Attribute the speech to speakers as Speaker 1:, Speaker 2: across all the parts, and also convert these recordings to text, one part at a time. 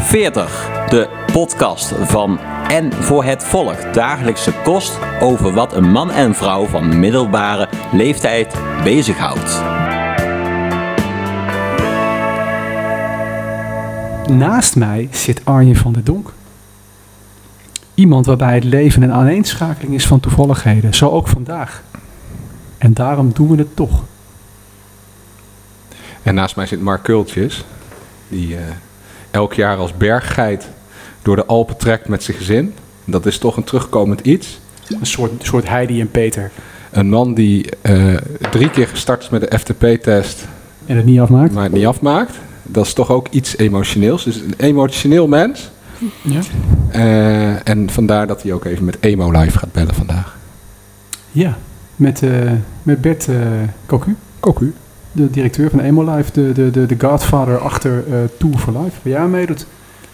Speaker 1: 40, de podcast van En voor het Volk. Dagelijkse kost over wat een man en vrouw van middelbare leeftijd bezighoudt.
Speaker 2: Naast mij zit Arjen van der Donk. Iemand waarbij het leven een aaneenschakeling is van toevalligheden, zo ook vandaag. En daarom doen we het toch.
Speaker 3: En naast mij zit Mark Kultjes, die eh, elk jaar als berggeit door de Alpen trekt met zijn gezin. Dat is toch een terugkomend iets.
Speaker 2: Een soort, soort Heidi en Peter.
Speaker 3: Een man die eh, drie keer gestart is met de FTP-test,
Speaker 2: En het niet afmaakt.
Speaker 3: maar het niet afmaakt. Dat is toch ook iets emotioneels. Dus een emotioneel mens.
Speaker 2: Ja.
Speaker 3: Eh, en vandaar dat hij ook even met Emo Live gaat bellen vandaag.
Speaker 2: Ja, met, eh, met Bert eh Cocu,
Speaker 3: Koku.
Speaker 2: de directeur van Emolife, de, de, de, de godfather achter eh, Tour for Life. Waar jij aan meedoet.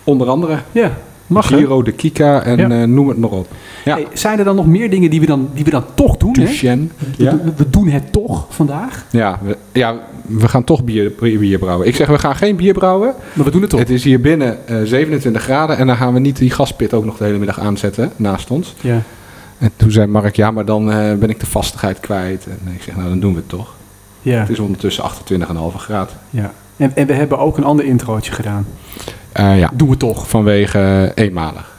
Speaker 3: Onder andere
Speaker 2: Ja, mag je.
Speaker 3: Giro de Kika en
Speaker 2: Ja.
Speaker 3: eh, noem het maar op. Ja.
Speaker 2: Hey, zijn er dan nog meer dingen die we dan, die we dan toch doen? Hè?
Speaker 3: Duchenne.
Speaker 2: We, do- we doen het toch vandaag,
Speaker 3: Ja, we, ja, we gaan toch bier, bier brouwen. Ik zeg, we gaan geen bier brouwen.
Speaker 2: maar we doen het toch.
Speaker 3: Het is hier binnen eh, 27 graden en dan gaan we niet die gaspit ook nog de hele middag aanzetten naast ons.
Speaker 2: Ja.
Speaker 3: En toen zei Mark, ja, maar dan eh, ben ik de vastigheid kwijt. En ik zeg, nou, dan doen we het toch.
Speaker 2: Ja.
Speaker 3: Het is ondertussen 28,5 graad.
Speaker 2: Ja. En, en we hebben ook een ander introotje gedaan.
Speaker 3: Eh, ja,
Speaker 2: Doen we toch?
Speaker 3: vanwege eh, eenmalig.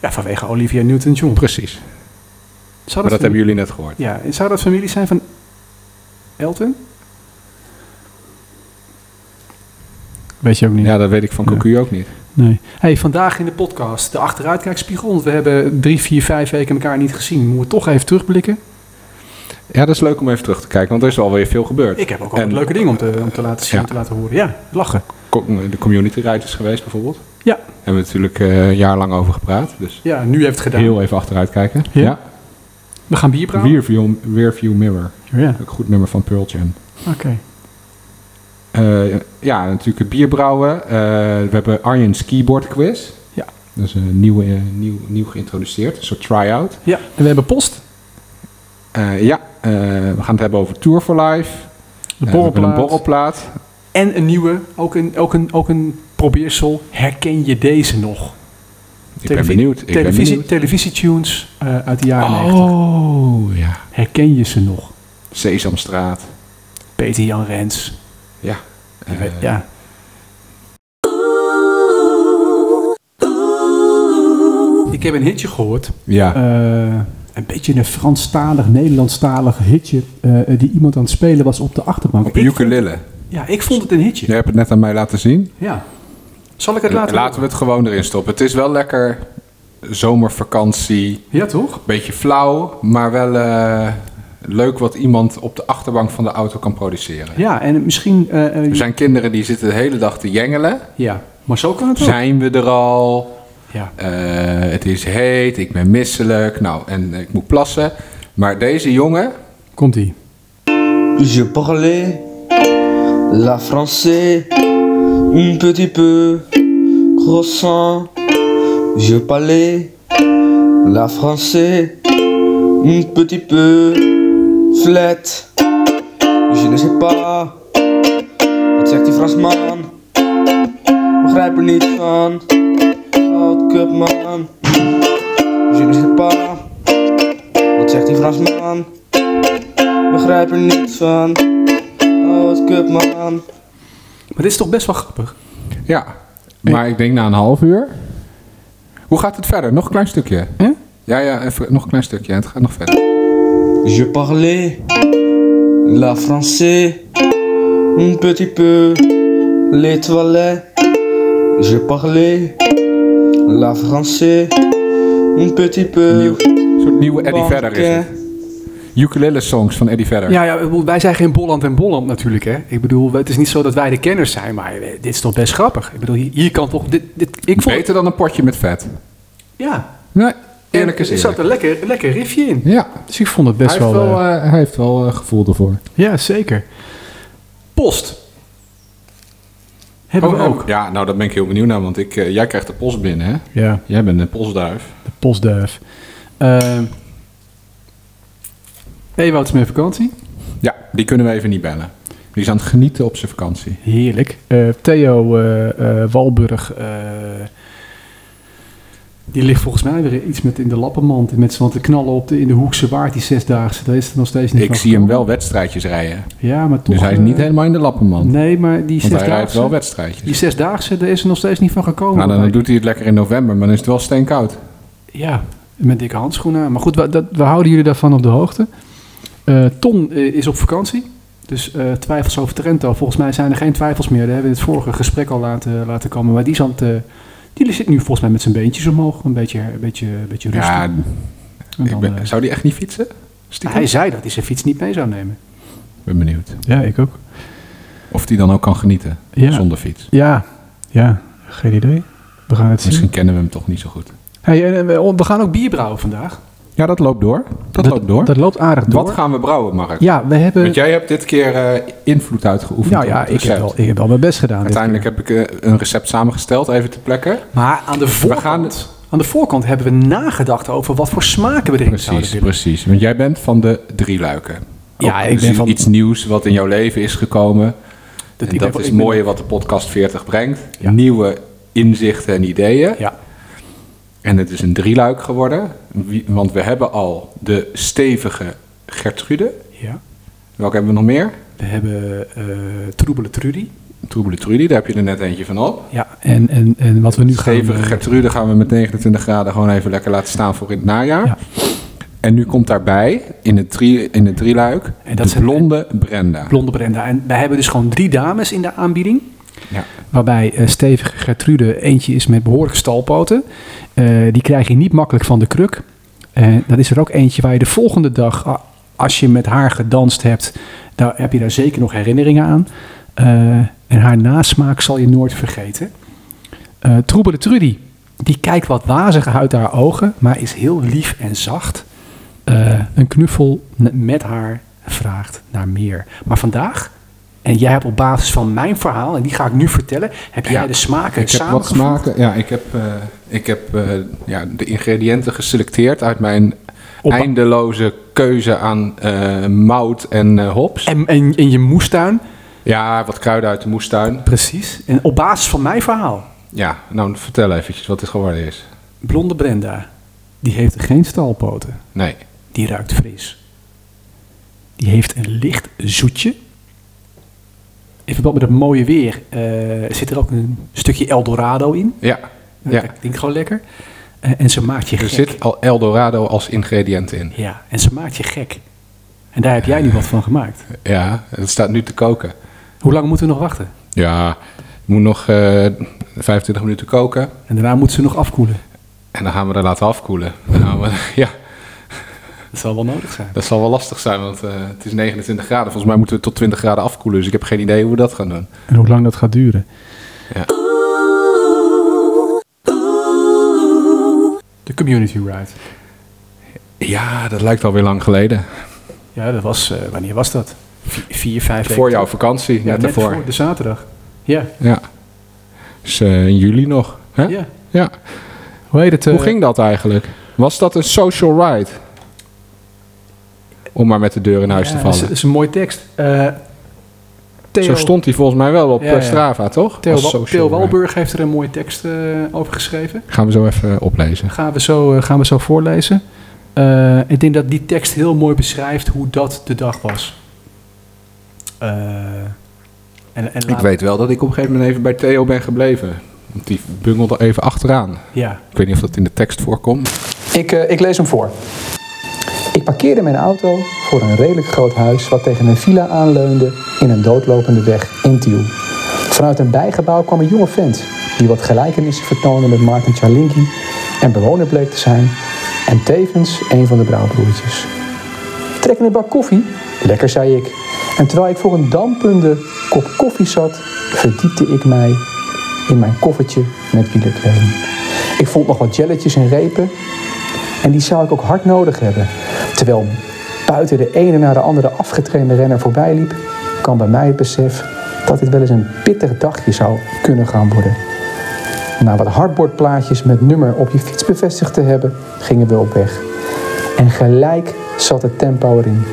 Speaker 2: Ja, vanwege Olivia Newton-John.
Speaker 3: Precies.
Speaker 2: Zou
Speaker 3: Maar dat hebben
Speaker 2: familie-
Speaker 3: jullie net gehoord.
Speaker 2: Ja, en zou dat familie zijn van Elton? Weet je ook niet.
Speaker 3: Ja, dat weet ik van
Speaker 2: Ja.
Speaker 3: Cocu ook niet.
Speaker 2: Nee. Hey, vandaag in de podcast de achteruitkijkspiegel. Want we hebben drie, vier, vijf weken elkaar niet gezien. Moeten we toch even terugblikken?
Speaker 3: Ja, dat is leuk om even terug te kijken, want er is alweer veel gebeurd.
Speaker 2: Ik heb ook al
Speaker 3: En-
Speaker 2: leuke dingen om te, om te laten zien,
Speaker 3: Ja.
Speaker 2: te laten horen. Ja, lachen.
Speaker 3: Co- eh, De community ride is geweest bijvoorbeeld.
Speaker 2: Ja.
Speaker 3: Hebben we natuurlijk eh, een jaar lang over gepraat. Dus
Speaker 2: Ja, nu heeft het gedaan.
Speaker 3: heel even achteruit kijken.
Speaker 2: Ja.
Speaker 3: Ja.
Speaker 2: We gaan bier brouwen. Oh
Speaker 3: Rearview, Rearview Mirror.
Speaker 2: Ja,
Speaker 3: Ook een goed nummer van Pearl Jam.
Speaker 2: oké.
Speaker 3: Eh, ja, natuurlijk het bier brouwen. Eh, we hebben Arjen Skiboard Quiz.
Speaker 2: Ja.
Speaker 3: Dat is een nieuw, eh, nieuw, nieuw geïntroduceerd, een soort try-out.
Speaker 2: Ja, en we hebben post.
Speaker 3: Eh, ja, eh, we gaan het hebben over Tour for Life.
Speaker 2: De
Speaker 3: Eh, we hebben
Speaker 2: borrelplaat.
Speaker 3: een borrelplaat.
Speaker 2: En een nieuwe, ook een, ook een, ook een probeersel. Herken je deze nog?
Speaker 3: Ik ben benieuwd. Ik ben
Speaker 2: Televisie, televisietunes eh, uit de jaren
Speaker 3: benieuwd.
Speaker 2: 90.
Speaker 3: Oh, ja.
Speaker 2: Herken je ze nog?
Speaker 3: Sesamstraat.
Speaker 2: Peter Jan Rens.
Speaker 3: Ja. Eh,
Speaker 2: ja. Ik heb een hitje gehoord.
Speaker 3: ja.
Speaker 2: Eh, een beetje een Franstalig, Nederlandstalig hitje. eh, die iemand aan het spelen was op de achterbank.
Speaker 3: Op de
Speaker 2: Ik-
Speaker 3: ukulele.
Speaker 2: ja, ik vond het een hitje.
Speaker 3: Jij hebt het net aan mij laten zien.
Speaker 2: Ja. Zal ik het laten?
Speaker 3: Laten, we het gewoon erin stoppen. Het is wel lekker zomervakantie.
Speaker 2: Ja, toch?
Speaker 3: Beetje flauw, maar wel eh, leuk wat iemand op de achterbank van de auto kan produceren.
Speaker 2: Ja, en misschien... eh, eh,
Speaker 3: Er zijn kinderen die zitten de hele dag te jengelen.
Speaker 2: Ja, maar zo kan het ook.
Speaker 3: Zijn we er al?
Speaker 2: Ja.
Speaker 3: Eh, het is heet, ik ben misselijk. Nou, en ik moet plassen. Maar deze jongen,
Speaker 2: Komt-ie.
Speaker 4: Je parlais la français un petit peu croissant. Je parlais la français un petit peu flat. Je ne sais pas wat zegt die Fransman. Begrijp er niet van. Oud man. Je ne sais pas wat zegt die Fransman. Begrijp er niets van. Oh, wat kut man.
Speaker 2: Maar dit is toch best wel grappig?
Speaker 3: ja. Maar ik denk na een half uur. Hoe gaat het verder? Nog een klein stukje.
Speaker 2: Hè?
Speaker 3: Ja, ja, even, nog een klein stukje. Het gaat nog verder.
Speaker 4: Je parlais la français un petit peu les toilettes. Je parlais la français un petit peu.
Speaker 3: Nieuw, een soort nieuwe Eddie Vedder is
Speaker 4: banquet.
Speaker 3: het. Ukulele songs van Eddie Vedder.
Speaker 2: Ja, ja, ik bedoel, wij zijn geen Bolland en Bolland natuurlijk, hè. Ik bedoel, het is niet zo dat wij de kenners zijn, maar eh, dit is toch best grappig. Ik bedoel, hier, hier kan toch... Dit, dit, ik vond...
Speaker 3: Beter dan een potje met vet.
Speaker 2: Ja.
Speaker 3: Nee, eerlijk is
Speaker 2: Er zat
Speaker 3: eerlijk.
Speaker 2: een lekker, een lekker riffje in.
Speaker 3: Ja,
Speaker 2: Dus ik vond het
Speaker 3: hij heeft, wel, eh, hij heeft wel eh, gevoel ervoor.
Speaker 2: ja, zeker. Post. Hebben we ook.
Speaker 3: Ja, nou, daar ben ik heel benieuwd naar, want ik, eh, jij krijgt de post binnen, hè?
Speaker 2: Ja,
Speaker 3: Jij bent een postduif.
Speaker 2: de postduif. Ehm Ewout is met vakantie.
Speaker 3: Ja, die kunnen we even niet bellen. Die Die is aan het genieten op zijn vakantie.
Speaker 2: Heerlijk. Eh, Theo eh, eh, Walburg, eh, die ligt volgens mij weer iets met in de lappenmand. Met z'n want de knallen op de, in de Hoekse Waard, die zesdaagse. Daar is er nog steeds niet
Speaker 3: Ik
Speaker 2: van
Speaker 3: zie hem wel
Speaker 2: gekomen.
Speaker 3: wedstrijdjes rijden.
Speaker 2: Ja, maar toch...
Speaker 3: Dus hij is
Speaker 2: eh,
Speaker 3: niet helemaal in de lappenman.
Speaker 2: Nee, maar die
Speaker 3: want hij rijdt wel
Speaker 2: zesdaagse, die
Speaker 3: wedstrijdjes.
Speaker 2: zesdaagse, daar is er nog steeds niet van gekomen.
Speaker 3: Nou, dan
Speaker 2: Waarbij-
Speaker 3: doet hij het lekker in november, maar dan is het wel steenkoud.
Speaker 2: Ja, met dikke handschoenen aan. Maar goed, we, dat, we houden jullie daarvan op de hoogte. Eh, Ton eh, is op vakantie. Dus eh, twijfels over Trento. Volgens mij zijn er geen twijfels meer. Daar hebben we in het vorige gesprek al laten, laten komen. Maar die, is aan het, eh, die zit nu volgens mij met zijn beentjes omhoog. Een beetje, een beetje, een beetje rustig.
Speaker 3: Ja,
Speaker 2: En
Speaker 3: ik
Speaker 2: dan,
Speaker 3: ben-
Speaker 2: eh,
Speaker 3: zou die echt niet fietsen? Stiekem?
Speaker 2: hij zei dat hij zijn fiets niet mee zou nemen.
Speaker 3: Ik ben benieuwd.
Speaker 2: Ja, ik ook.
Speaker 3: Of die dan ook kan genieten
Speaker 2: Ja.
Speaker 3: zonder fiets.
Speaker 2: Ja, ja. Geen idee. We gaan het
Speaker 3: Misschien kennen we hem toch niet zo goed.
Speaker 2: Hey, en, eh, we we gaan ook bier brouwen vandaag.
Speaker 3: Ja, dat loopt door. Dat, loopt door.
Speaker 2: Dat loopt aardig door.
Speaker 3: Wat gaan we brouwen, Mark?
Speaker 2: Ja, we hebben...
Speaker 3: Want jij hebt dit keer eh, invloed uitgeoefend.
Speaker 2: Nou
Speaker 3: op
Speaker 2: ja,
Speaker 3: het
Speaker 2: ik heb,
Speaker 3: recept.
Speaker 2: wel, ik heb wel mijn best gedaan. dit
Speaker 3: Uiteindelijk heb ik eh, een recept samengesteld, even te plekken.
Speaker 2: Maar aan de voorkant,
Speaker 3: gaan-
Speaker 2: aan de voorkant hebben we nagedacht over wat voor smaken we erin zouden
Speaker 3: Precies,
Speaker 2: willen.
Speaker 3: precies. Want jij bent van de drie luiken.
Speaker 2: Ja, ik
Speaker 3: dus
Speaker 2: ben van-
Speaker 3: iets nieuws wat in jouw leven is gekomen.
Speaker 2: Dat-
Speaker 3: Dat,
Speaker 2: ik
Speaker 3: dat
Speaker 2: ben-
Speaker 3: is
Speaker 2: ik
Speaker 3: het
Speaker 2: ben-
Speaker 3: mooie wat de podcast 40 brengt.
Speaker 2: Ja.
Speaker 3: Nieuwe inzichten en ideeën.
Speaker 2: Ja,
Speaker 3: En het is een drieluik geworden. Wie- want we hebben al de stevige Gertrude.
Speaker 2: ja.
Speaker 3: Welke hebben we nog meer?
Speaker 2: We hebben eh troebele Trudy.
Speaker 3: Troebele Trudy, daar heb je er net eentje van op.
Speaker 2: Ja, en, en, en wat we nu gaan...
Speaker 3: Stevige
Speaker 2: eh,
Speaker 3: Gertrude gaan we met 29 graden gewoon even lekker laten staan voor in het najaar.
Speaker 2: Ja.
Speaker 3: En nu komt daarbij in het, drie, in het drieluik
Speaker 2: En dat
Speaker 3: de
Speaker 2: zijn-
Speaker 3: blonde Brenda.
Speaker 2: eh, Blonde Brenda. En wij hebben dus gewoon drie dames in de aanbieding.
Speaker 3: Ja.
Speaker 2: Waarbij eh, stevige Gertrude eentje is met behoorlijke stalpoten. Eh, die krijg je niet makkelijk van de kruk. En dan is er ook eentje waar je de volgende dag, a- als je met haar gedanst hebt, daar heb je daar zeker nog herinneringen aan. Eh, en haar nasmaak zal je nooit vergeten. Eh Troebele Trudy, die kijkt wat wazig uit haar ogen, maar is heel lief en zacht. Eh, een knuffel n- met haar vraagt naar meer. Maar vandaag, en jij hebt op basis van mijn verhaal, en die ga ik nu vertellen, heb jij
Speaker 3: Ja,
Speaker 2: de smaken
Speaker 3: Ik heb wat
Speaker 2: samengevoegd.
Speaker 3: smaken. Ja, ik heb, eh, ik heb eh, ja, de ingrediënten geselecteerd uit mijn
Speaker 2: Op-
Speaker 3: eindeloze keuze aan eh, mout en eh, hops.
Speaker 2: En, en, en je moestuin,
Speaker 3: Ja, wat kruiden uit de moestuin.
Speaker 2: precies. En op basis van mijn verhaal,
Speaker 3: Ja, nou vertel eventjes wat het geworden is.
Speaker 2: blonde Brenda, die heeft geen stalpoten.
Speaker 3: Nee.
Speaker 2: Die ruikt fris. Die heeft een licht zoetje. In verband met het mooie weer eh, zit er ook een stukje Eldorado in.
Speaker 3: Ja, ja.
Speaker 2: Dat klinkt gewoon lekker. Eh, en ze maakt je
Speaker 3: er
Speaker 2: gek.
Speaker 3: zit al Eldorado als ingrediënt in.
Speaker 2: Ja, en ze maakt je gek. En daar heb jij nu wat van gemaakt.
Speaker 3: Ja, het staat nu te koken.
Speaker 2: Hoe lang moeten we nog wachten?
Speaker 3: Ja, het moet nog eh, 25 minuten koken.
Speaker 2: En daarna moet ze nog afkoelen.
Speaker 3: En dan gaan we dat laten afkoelen. Nou, maar- ja,
Speaker 2: Dat zal wel nodig zijn.
Speaker 3: dat zal wel lastig zijn, want eh, het is 29 graden. Volgens mij moeten we tot 20 graden afkoelen. Dus ik heb geen idee hoe we dat gaan doen.
Speaker 2: En hoe lang dat gaat duren.
Speaker 3: Ja.
Speaker 2: De community ride.
Speaker 3: Ja, dat lijkt alweer lang geleden.
Speaker 2: Ja, dat was, eh, wanneer was dat? Vier, vier vijf weken
Speaker 3: Voor jouw
Speaker 2: terug.
Speaker 3: vakantie,
Speaker 2: Ja,
Speaker 3: net
Speaker 2: net
Speaker 3: daarvoor.
Speaker 2: voor de zaterdag. Ja,
Speaker 3: Ja. Dus eh, in juli nog. Hè?
Speaker 2: ja.
Speaker 3: Ja.
Speaker 2: Hoe heet het? eh,
Speaker 3: Hoe ging dat eigenlijk? Was dat een social ride? Om maar met de deur in huis te
Speaker 2: dat? is,
Speaker 3: vallen.
Speaker 2: is een mooie tekst. Eh, dus, Theo,
Speaker 3: Zo stond hij volgens mij wel op
Speaker 2: Ja, ja.
Speaker 3: eh, Strava, toch?
Speaker 2: Theo,
Speaker 3: Als
Speaker 2: Wa-
Speaker 3: social
Speaker 2: Theo
Speaker 3: ride.
Speaker 2: Walburg heeft er een mooie tekst eh, over geschreven.
Speaker 3: Gaan we zo even oplezen.
Speaker 2: Gaan we zo, eh, gaan we zo voorlezen. Eh, ik denk dat die tekst heel mooi beschrijft hoe dat de dag was. Eh, en, en
Speaker 3: Ik
Speaker 2: laat-
Speaker 3: weet wel dat ik op een gegeven moment even bij Theo ben gebleven. Want die bungelde even achteraan.
Speaker 2: Ja.
Speaker 3: Ik weet niet of dat in de tekst voorkomt.
Speaker 2: Ik, eh, ik lees hem voor. Ik parkeerde mijn auto voor een redelijk groot huis wat tegen een villa aanleunde in een doodlopende weg in Tiel. Vanuit een bijgebouw kwam een jonge vent die wat gelijkenissen vertoonde met Martin Charlinki en bewoner bleek te zijn en tevens een van de brouwbroertjes. Trek in een bak koffie? Lekker, zei ik. En terwijl ik voor een dampende kop koffie zat, verdiepte ik mij in mijn koffertje met wielerkleding. Ik vond nog wat jelletjes en repen en die zou ik ook hard nodig hebben. Terwijl buiten de ene naar de andere afgetrainde renner voorbij liep, kwam bij mij het besef dat dit wel eens een pittig dagje zou kunnen gaan worden. Na wat hardbordplaatjes met nummer op je fiets bevestigd te hebben, gingen we op weg. En gelijk zat het tempo erin.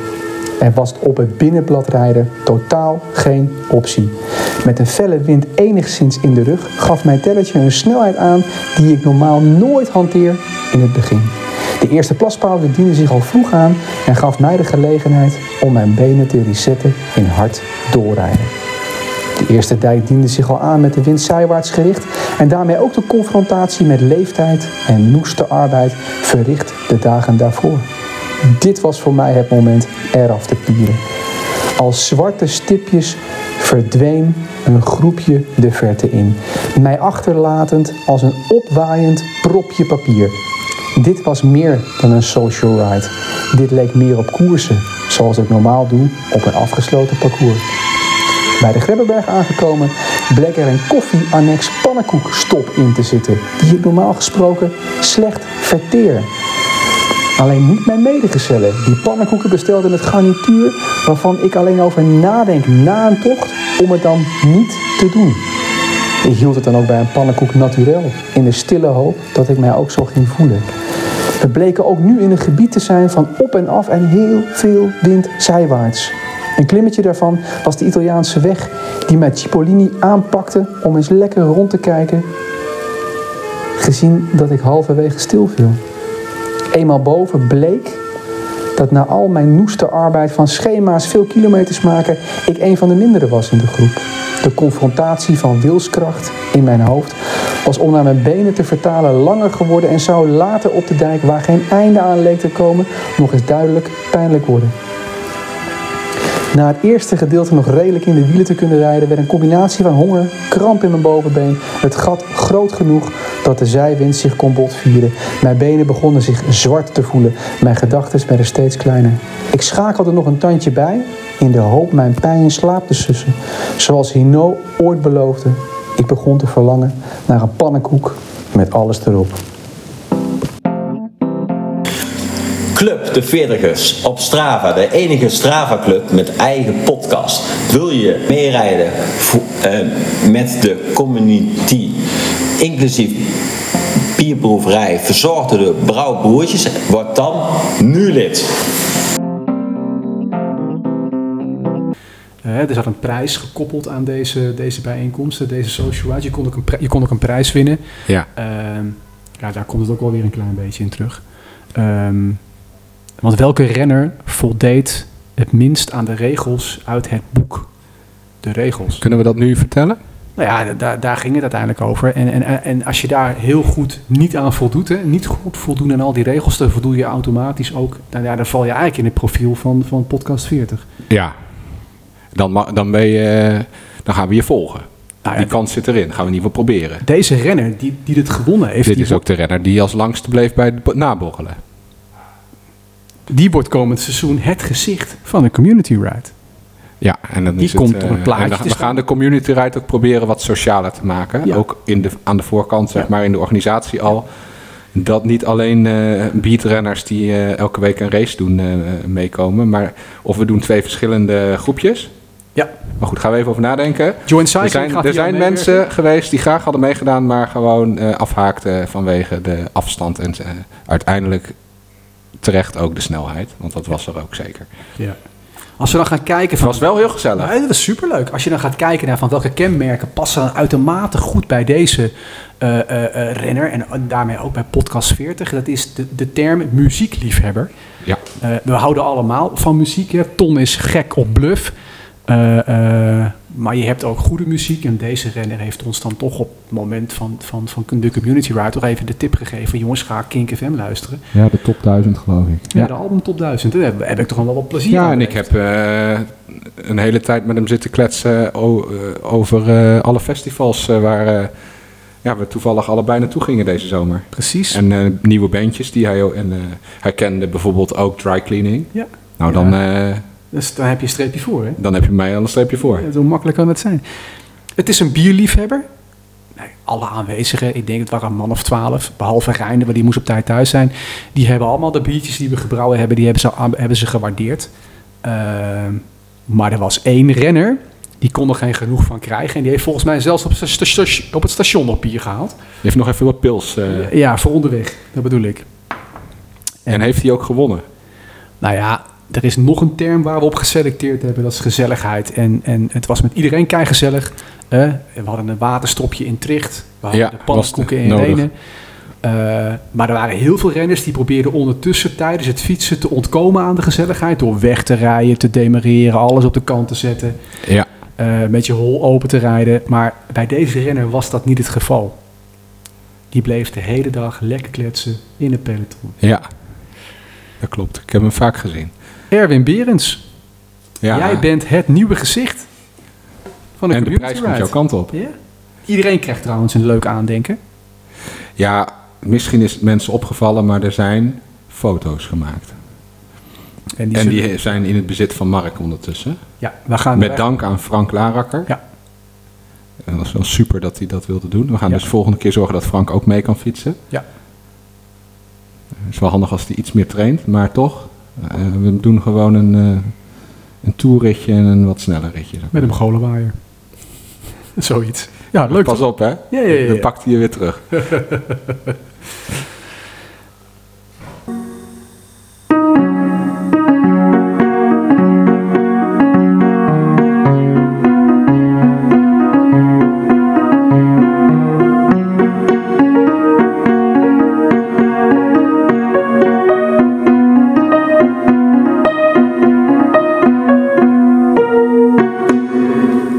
Speaker 5: Er was op het binnenblad rijden totaal geen optie. Met een felle wind enigszins in de rug gaf mijn telletje een snelheid aan die ik normaal nooit hanteer in het begin. De eerste plaspauze diende zich al vroeg aan en gaf mij de gelegenheid om mijn benen te resetten in hard doorrijden. De eerste dijk diende zich al aan met de wind zijwaarts gericht en daarmee ook de confrontatie met leeftijd en noeste arbeid verricht de dagen daarvoor. Dit was voor mij het moment eraf te pieren. Als zwarte stipjes verdween een groepje de verte in, mij achterlatend als een opwaaiend propje papier. Dit was meer dan een social ride. Dit leek meer op koersen, zoals ik normaal doe op een afgesloten parcours. Bij de Grebbeberg aangekomen bleek er een koffie-annex pannenkoekstop in te zitten, die ik normaal gesproken slecht verteer. Alleen niet mijn medegezellen, die pannenkoeken bestelden met garnituur waarvan ik alleen over nadenk na een tocht om het dan niet te doen. Ik hield het dan ook bij een pannenkoek naturel, in de stille hoop dat ik mij ook zo ging voelen. We bleken ook nu in een gebied te zijn van op en af en heel veel wind zijwaarts. Een klimmetje daarvan was de Italiaanse weg die mij Cipollini aanpakte om eens lekker rond te kijken, gezien dat ik halverwege stilviel. Eenmaal boven bleek dat na al mijn noeste arbeid van schema's veel kilometers maken, ik een van de mindere was in de groep. De confrontatie van wilskracht in mijn hoofd was om naar mijn benen te vertalen langer geworden en zou later op de dijk waar geen einde aan leek te komen nog eens duidelijk pijnlijk worden. Na het eerste gedeelte nog redelijk in de wielen te kunnen rijden, werd een combinatie van honger, kramp in mijn bovenbeen, het gat groot genoeg dat de zijwind zich kon botvieren. Mijn benen begonnen zich zwart te voelen, mijn gedachten werden steeds kleiner. Ik schakelde nog een tandje bij in de hoop mijn pijn in slaap te sussen. Zoals Hino ooit beloofde, ik begon te verlangen naar een pannenkoek met alles erop.
Speaker 1: Club De Veertigers op Strava, de enige Strava club met eigen podcast. Wil je meerijden vo- eh, met de community, inclusief bierproeverij, verzorgd door de brouwbroertjes? Word dan nu lid.
Speaker 2: Eh, er zat een prijs gekoppeld aan deze, deze bijeenkomsten, deze social ride. Je kon ook een, pri- je kon ook een prijs winnen.
Speaker 3: Ja.
Speaker 2: Ehm, ja, daar komt het ook wel weer een klein beetje in terug. Ehm, want welke renner voldeed het minst aan de regels uit het boek? De regels.
Speaker 3: Kunnen we dat nu vertellen?
Speaker 2: Nou ja, da- daar, daar ging het uiteindelijk over. En, en, en als je daar heel goed niet aan voldoet, hè, niet goed voldoen aan al die regels, dan voldoe je automatisch ook. Nou ja, dan val je eigenlijk in het profiel van, van Podcast 40.
Speaker 3: Ja. Dan, ma- dan, ben je, eh, dan gaan we je volgen.
Speaker 2: Nou ja,
Speaker 3: Die kans zit erin. Gaan we in ieder geval proberen.
Speaker 2: Deze renner die, die dit gewonnen heeft,
Speaker 3: Dit
Speaker 2: die,
Speaker 3: is ook de renner die als langste bleef bij het bo- naborrelen.
Speaker 2: wordt- die wordt komend seizoen het gezicht van een community ride.
Speaker 3: Ja, en dan
Speaker 2: Die
Speaker 3: is het,
Speaker 2: komt
Speaker 3: eh,
Speaker 2: op een plaatje
Speaker 3: en
Speaker 2: te
Speaker 3: dan- We
Speaker 2: staan.
Speaker 3: gaan de community ride ook proberen wat socialer te maken.
Speaker 2: Ja.
Speaker 3: Ook in de, aan de voorkant, zeg maar, in de organisatie al. Dat niet alleen eh beatrenners die eh, elke week een race doen eh, meekomen. Maar of we doen twee verschillende groepjes.
Speaker 2: Ja.
Speaker 3: Maar goed, gaan we even over nadenken.
Speaker 2: Join Cycling
Speaker 3: Er zijn,
Speaker 2: gaat
Speaker 3: er
Speaker 2: hier aan
Speaker 3: zijn
Speaker 2: meewerken.
Speaker 3: mensen geweest die graag hadden meegedaan, maar gewoon eh, afhaakten vanwege de afstand en eh, uiteindelijk terecht ook de snelheid. Want dat was er ook zeker.
Speaker 2: Ja. Als we dan gaan kijken
Speaker 3: Het
Speaker 2: van...
Speaker 3: was wel heel gezellig.
Speaker 2: Nou, dat is superleuk. Als je dan gaat kijken naar van welke kenmerken passen dan uitermate goed bij deze eh, eh, eh, renner. En daarmee ook bij podcast 40. Dat is de, de term muziekliefhebber.
Speaker 3: Ja.
Speaker 2: Eh, we houden allemaal van muziek. Hè. Ton is gek op bluff. Eh, eh, maar je hebt ook goede muziek. En deze renner heeft ons dan toch op het moment van, van, van de community ride toch even de tip gegeven. Jongens, ga Kink FM luisteren.
Speaker 6: Ja, de top 1000 geloof ik.
Speaker 2: Ja, de album top 1000. Daar heb, heb ik toch wel wat plezier
Speaker 3: Ja,
Speaker 2: aan
Speaker 3: en ik
Speaker 2: beleefd.
Speaker 3: heb eh, een hele tijd met hem zitten kletsen o- eh, over eh, alle festivals eh, waar eh, ja, we toevallig allebei naartoe gingen deze zomer.
Speaker 2: Precies.
Speaker 3: En eh, nieuwe bandjes die hij, o- en, eh, hij kende bijvoorbeeld ook dry cleaning.
Speaker 2: Ja.
Speaker 3: Nou, dan, eh,
Speaker 2: Dus daar heb je een streepje voor, hè?
Speaker 3: dan heb je mij al een streepje voor.
Speaker 2: Ja, Zo makkelijk kan dat zijn. Het is een bierliefhebber. Nee, alle aanwezigen, ik denk het waren een man of twaalf, behalve Reiner, maar die moest op tijd thuis zijn. Die hebben allemaal de biertjes die we gebrouwen hebben, die hebben ze, aan- hebben ze gewaardeerd. Ehm, maar er was één renner, die kon er geen genoeg van krijgen. En die heeft volgens mij zelfs op, het sta- sta- op het station nog bier gehaald.
Speaker 3: Hij heeft nog even wat pils. eh,
Speaker 2: Ja, voor onderweg, dat bedoel ik.
Speaker 3: En heeft hij ook gewonnen?
Speaker 2: Nou ja, er is nog een term waar we op geselecteerd hebben, dat is gezelligheid. En, en het was met iedereen keigezellig. Eh, we hadden een waterstropje in Tricht, we hadden
Speaker 3: Ja,
Speaker 2: de pannenkoeken
Speaker 3: was
Speaker 2: in
Speaker 3: nodig.
Speaker 2: Renen. Eh, maar er waren heel veel renners die probeerden ondertussen tijdens het fietsen te ontkomen aan de gezelligheid. Door weg te rijden, te demereren, alles op de kant te zetten.
Speaker 3: Ja.
Speaker 2: eh, met je hol open te rijden. Maar bij deze renner was dat niet het geval. Die bleef de hele dag lekker kletsen in een peloton.
Speaker 3: Ja, dat klopt. Ik heb hem vaak gezien.
Speaker 2: Erwin Berends,
Speaker 3: Ja.
Speaker 2: jij bent het nieuwe gezicht van de
Speaker 3: en de
Speaker 2: community
Speaker 3: prijs komt
Speaker 2: ride.
Speaker 3: jouw kant op.
Speaker 2: Ja. Iedereen krijgt trouwens een leuk aandenken.
Speaker 3: Ja, misschien is het mensen opgevallen, maar er zijn foto's gemaakt.
Speaker 2: En die,
Speaker 3: en
Speaker 2: zullen-
Speaker 3: die zijn in het bezit van Mark ondertussen.
Speaker 2: ja, we gaan
Speaker 3: Met dank aan Frank Larakker.
Speaker 2: Ja.
Speaker 3: Het was wel super dat hij dat wilde doen. We gaan
Speaker 2: Ja.
Speaker 3: dus volgende keer zorgen dat Frank ook mee kan fietsen.
Speaker 2: Ja.
Speaker 3: Het is wel handig als hij iets meer traint, maar toch. eh, we doen gewoon een, eh een toerritje en een wat sneller ritje.
Speaker 2: Met een golenwaaier. Zoiets. Ja, leuk.
Speaker 3: Pas op, hè?
Speaker 2: ja, ja,
Speaker 3: Dan
Speaker 2: ja.
Speaker 3: pakt hij je weer terug.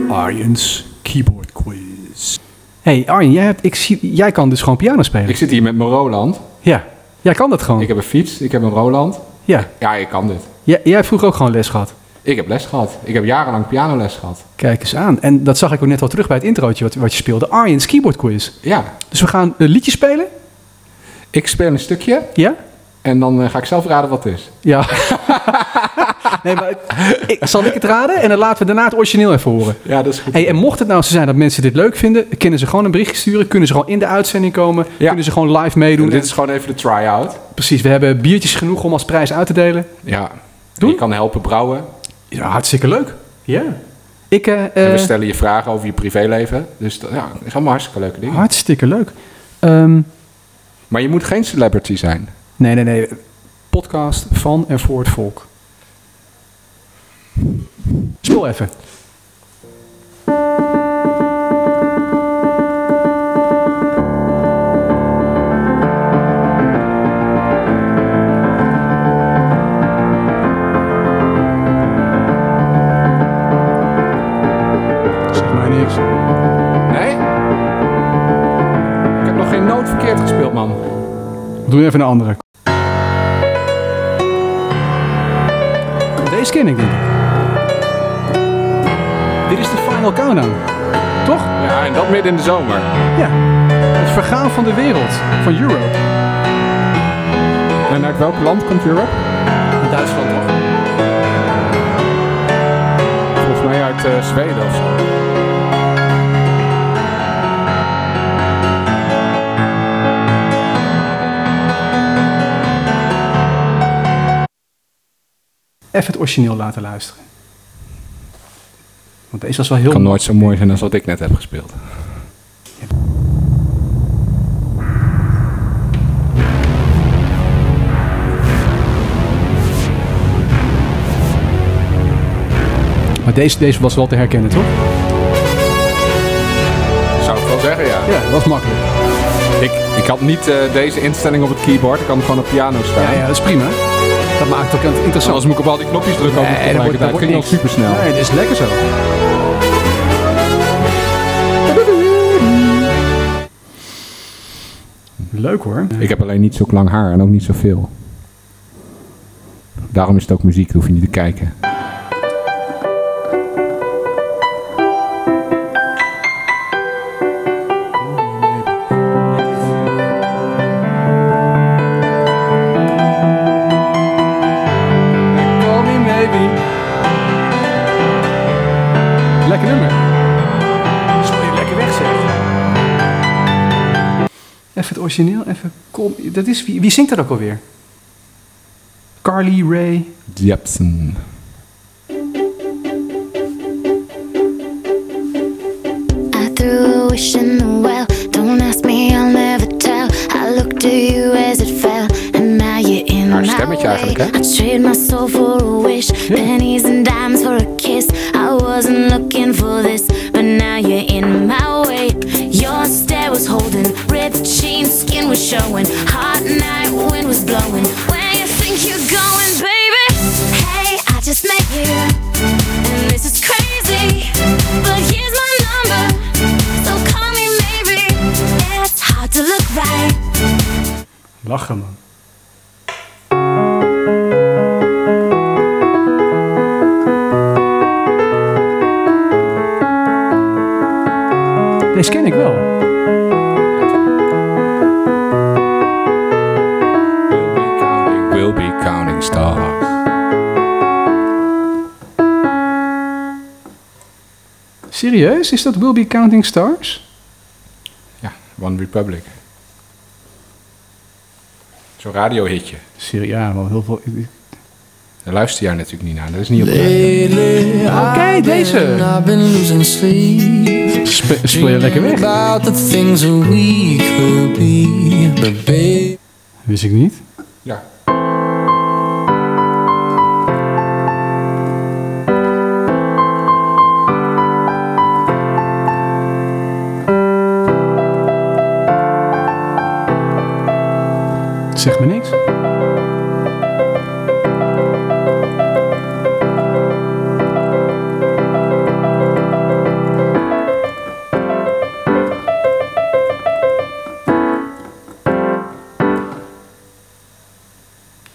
Speaker 2: Arjen's Keyboard Quiz. hey Arjen, jij, hebt, ik zie, jij kan dus gewoon piano spelen.
Speaker 3: Ik zit hier met mijn Roland.
Speaker 2: ja, jij kan dat gewoon.
Speaker 3: Ik heb een fiets, ik heb een Roland.
Speaker 2: ja.
Speaker 3: Ja, ik kan dit.
Speaker 2: Jij- jij hebt vroeger ook gewoon les gehad.
Speaker 3: Ik heb les gehad. Ik heb jarenlang pianoles gehad.
Speaker 2: Kijk eens aan. En dat zag ik ook net al terug bij het introotje wat, wat je speelde. Arjen's Keyboard Quiz.
Speaker 3: Ja,
Speaker 2: Dus we gaan een liedje spelen.
Speaker 3: ik speel een stukje
Speaker 2: Ja?
Speaker 3: en dan eh, ga ik zelf raden wat het is.
Speaker 2: Ja. nee, maar ik, zal ik het raden? En dan laten we daarna het origineel even horen.
Speaker 3: Ja, dat is goed.
Speaker 2: Hey, en mocht het nou zo zijn dat mensen dit leuk vinden, kunnen ze gewoon een berichtje sturen, kunnen ze gewoon in de uitzending komen, kunnen ze gewoon live meedoen.
Speaker 3: dit is gewoon even de try-out.
Speaker 2: Precies, we hebben biertjes genoeg om als prijs uit te delen.
Speaker 3: Ja.
Speaker 2: Doen?
Speaker 3: Je kan helpen brouwen.
Speaker 2: Ja, hartstikke leuk. Ja. Ik, eh,
Speaker 3: en we
Speaker 2: eh,
Speaker 3: stellen je vragen over je privéleven. Dus dat ja, is allemaal hartstikke leuke dingen.
Speaker 2: hartstikke leuk. Ehm,
Speaker 3: Maar je moet geen celebrity zijn.
Speaker 2: nee, nee, nee. Podcast van en voor het volk. Speel even.
Speaker 3: Zeg mij niks. Nee? Ik heb nog geen noot verkeerd gespeeld, man.
Speaker 2: Doe even een andere. Deze ken ik denk ik. Dit is de final countdown. Toch?
Speaker 3: Ja, en dat midden in de zomer.
Speaker 2: Ja. Het vergaan van de wereld. Van Europe.
Speaker 3: En uit welk land komt Europe?
Speaker 2: Duitsland toch?
Speaker 3: Volgens mij uit eh, Zweden of zo.
Speaker 2: Even het origineel laten luisteren. Want deze was wel heel...
Speaker 3: kan nooit zo mooi zijn als wat ik net heb gespeeld.
Speaker 2: Maar deze, deze was wel te herkennen, toch?
Speaker 3: Zou ik wel zeggen, ja.
Speaker 2: Ja, dat was makkelijk.
Speaker 3: Ik, ik had niet eh, deze instelling op het keyboard. Ik had hem gewoon op piano staan.
Speaker 2: Ja, ja, dat is prima. Dat maakt het ook interessant.
Speaker 3: Anders moet ik op al die knopjes drukken. Nee,
Speaker 2: Nee, dat wordt, dat
Speaker 3: tegelijkertijd
Speaker 2: wordt
Speaker 3: ging dat
Speaker 2: niks.
Speaker 3: supersnel.
Speaker 2: Nee, dat is lekker zo. Leuk hoor.
Speaker 3: Ik heb alleen niet zo lang haar en ook niet zoveel. Daarom is het ook muziek, hoef je niet te kijken.
Speaker 2: Lekker nummer. Sorry, lekker weg zeg. Even het origineel, even... Kom, dat is, wie, wie zingt dat ook alweer? Carly Ray...
Speaker 3: Jepsen.
Speaker 7: I threw a wish in the well. Don't ask me, I'll never tell. I looked to you as it fell, and now you're in my
Speaker 3: stemmetje eigenlijk, hè?
Speaker 7: I traded my soul for a wish, pennies and dimes for a kiss. I wasn't looking for this, but now you're in my way. Your stare was holding, ripped jeans, skin was showing, hot night wind was blowing. Where you think you're going, baby? Hey, I just met you, and this is crazy, but here's my number, so call me maybe. It's hard to look right.
Speaker 2: Lachen, man. Deze ken ik wel.
Speaker 3: We'll be counting, we'll be counting stars.
Speaker 2: Serieus? Is dat Will Be Counting Stars?
Speaker 3: Ja, One Republic. Zo'n radiohitje.
Speaker 2: Serieus, ja, wel heel veel...
Speaker 3: Daar luister jij natuurlijk niet naar. Dat is niet op
Speaker 6: Lately,
Speaker 2: Oké, deze!
Speaker 6: I've been losing sleep.
Speaker 2: Spe- Speel lekker
Speaker 6: Dreaming
Speaker 2: weg.
Speaker 6: About the things that we could be. But babe,
Speaker 2: Wist ik niet.
Speaker 3: Ja.
Speaker 2: Zeg me niks.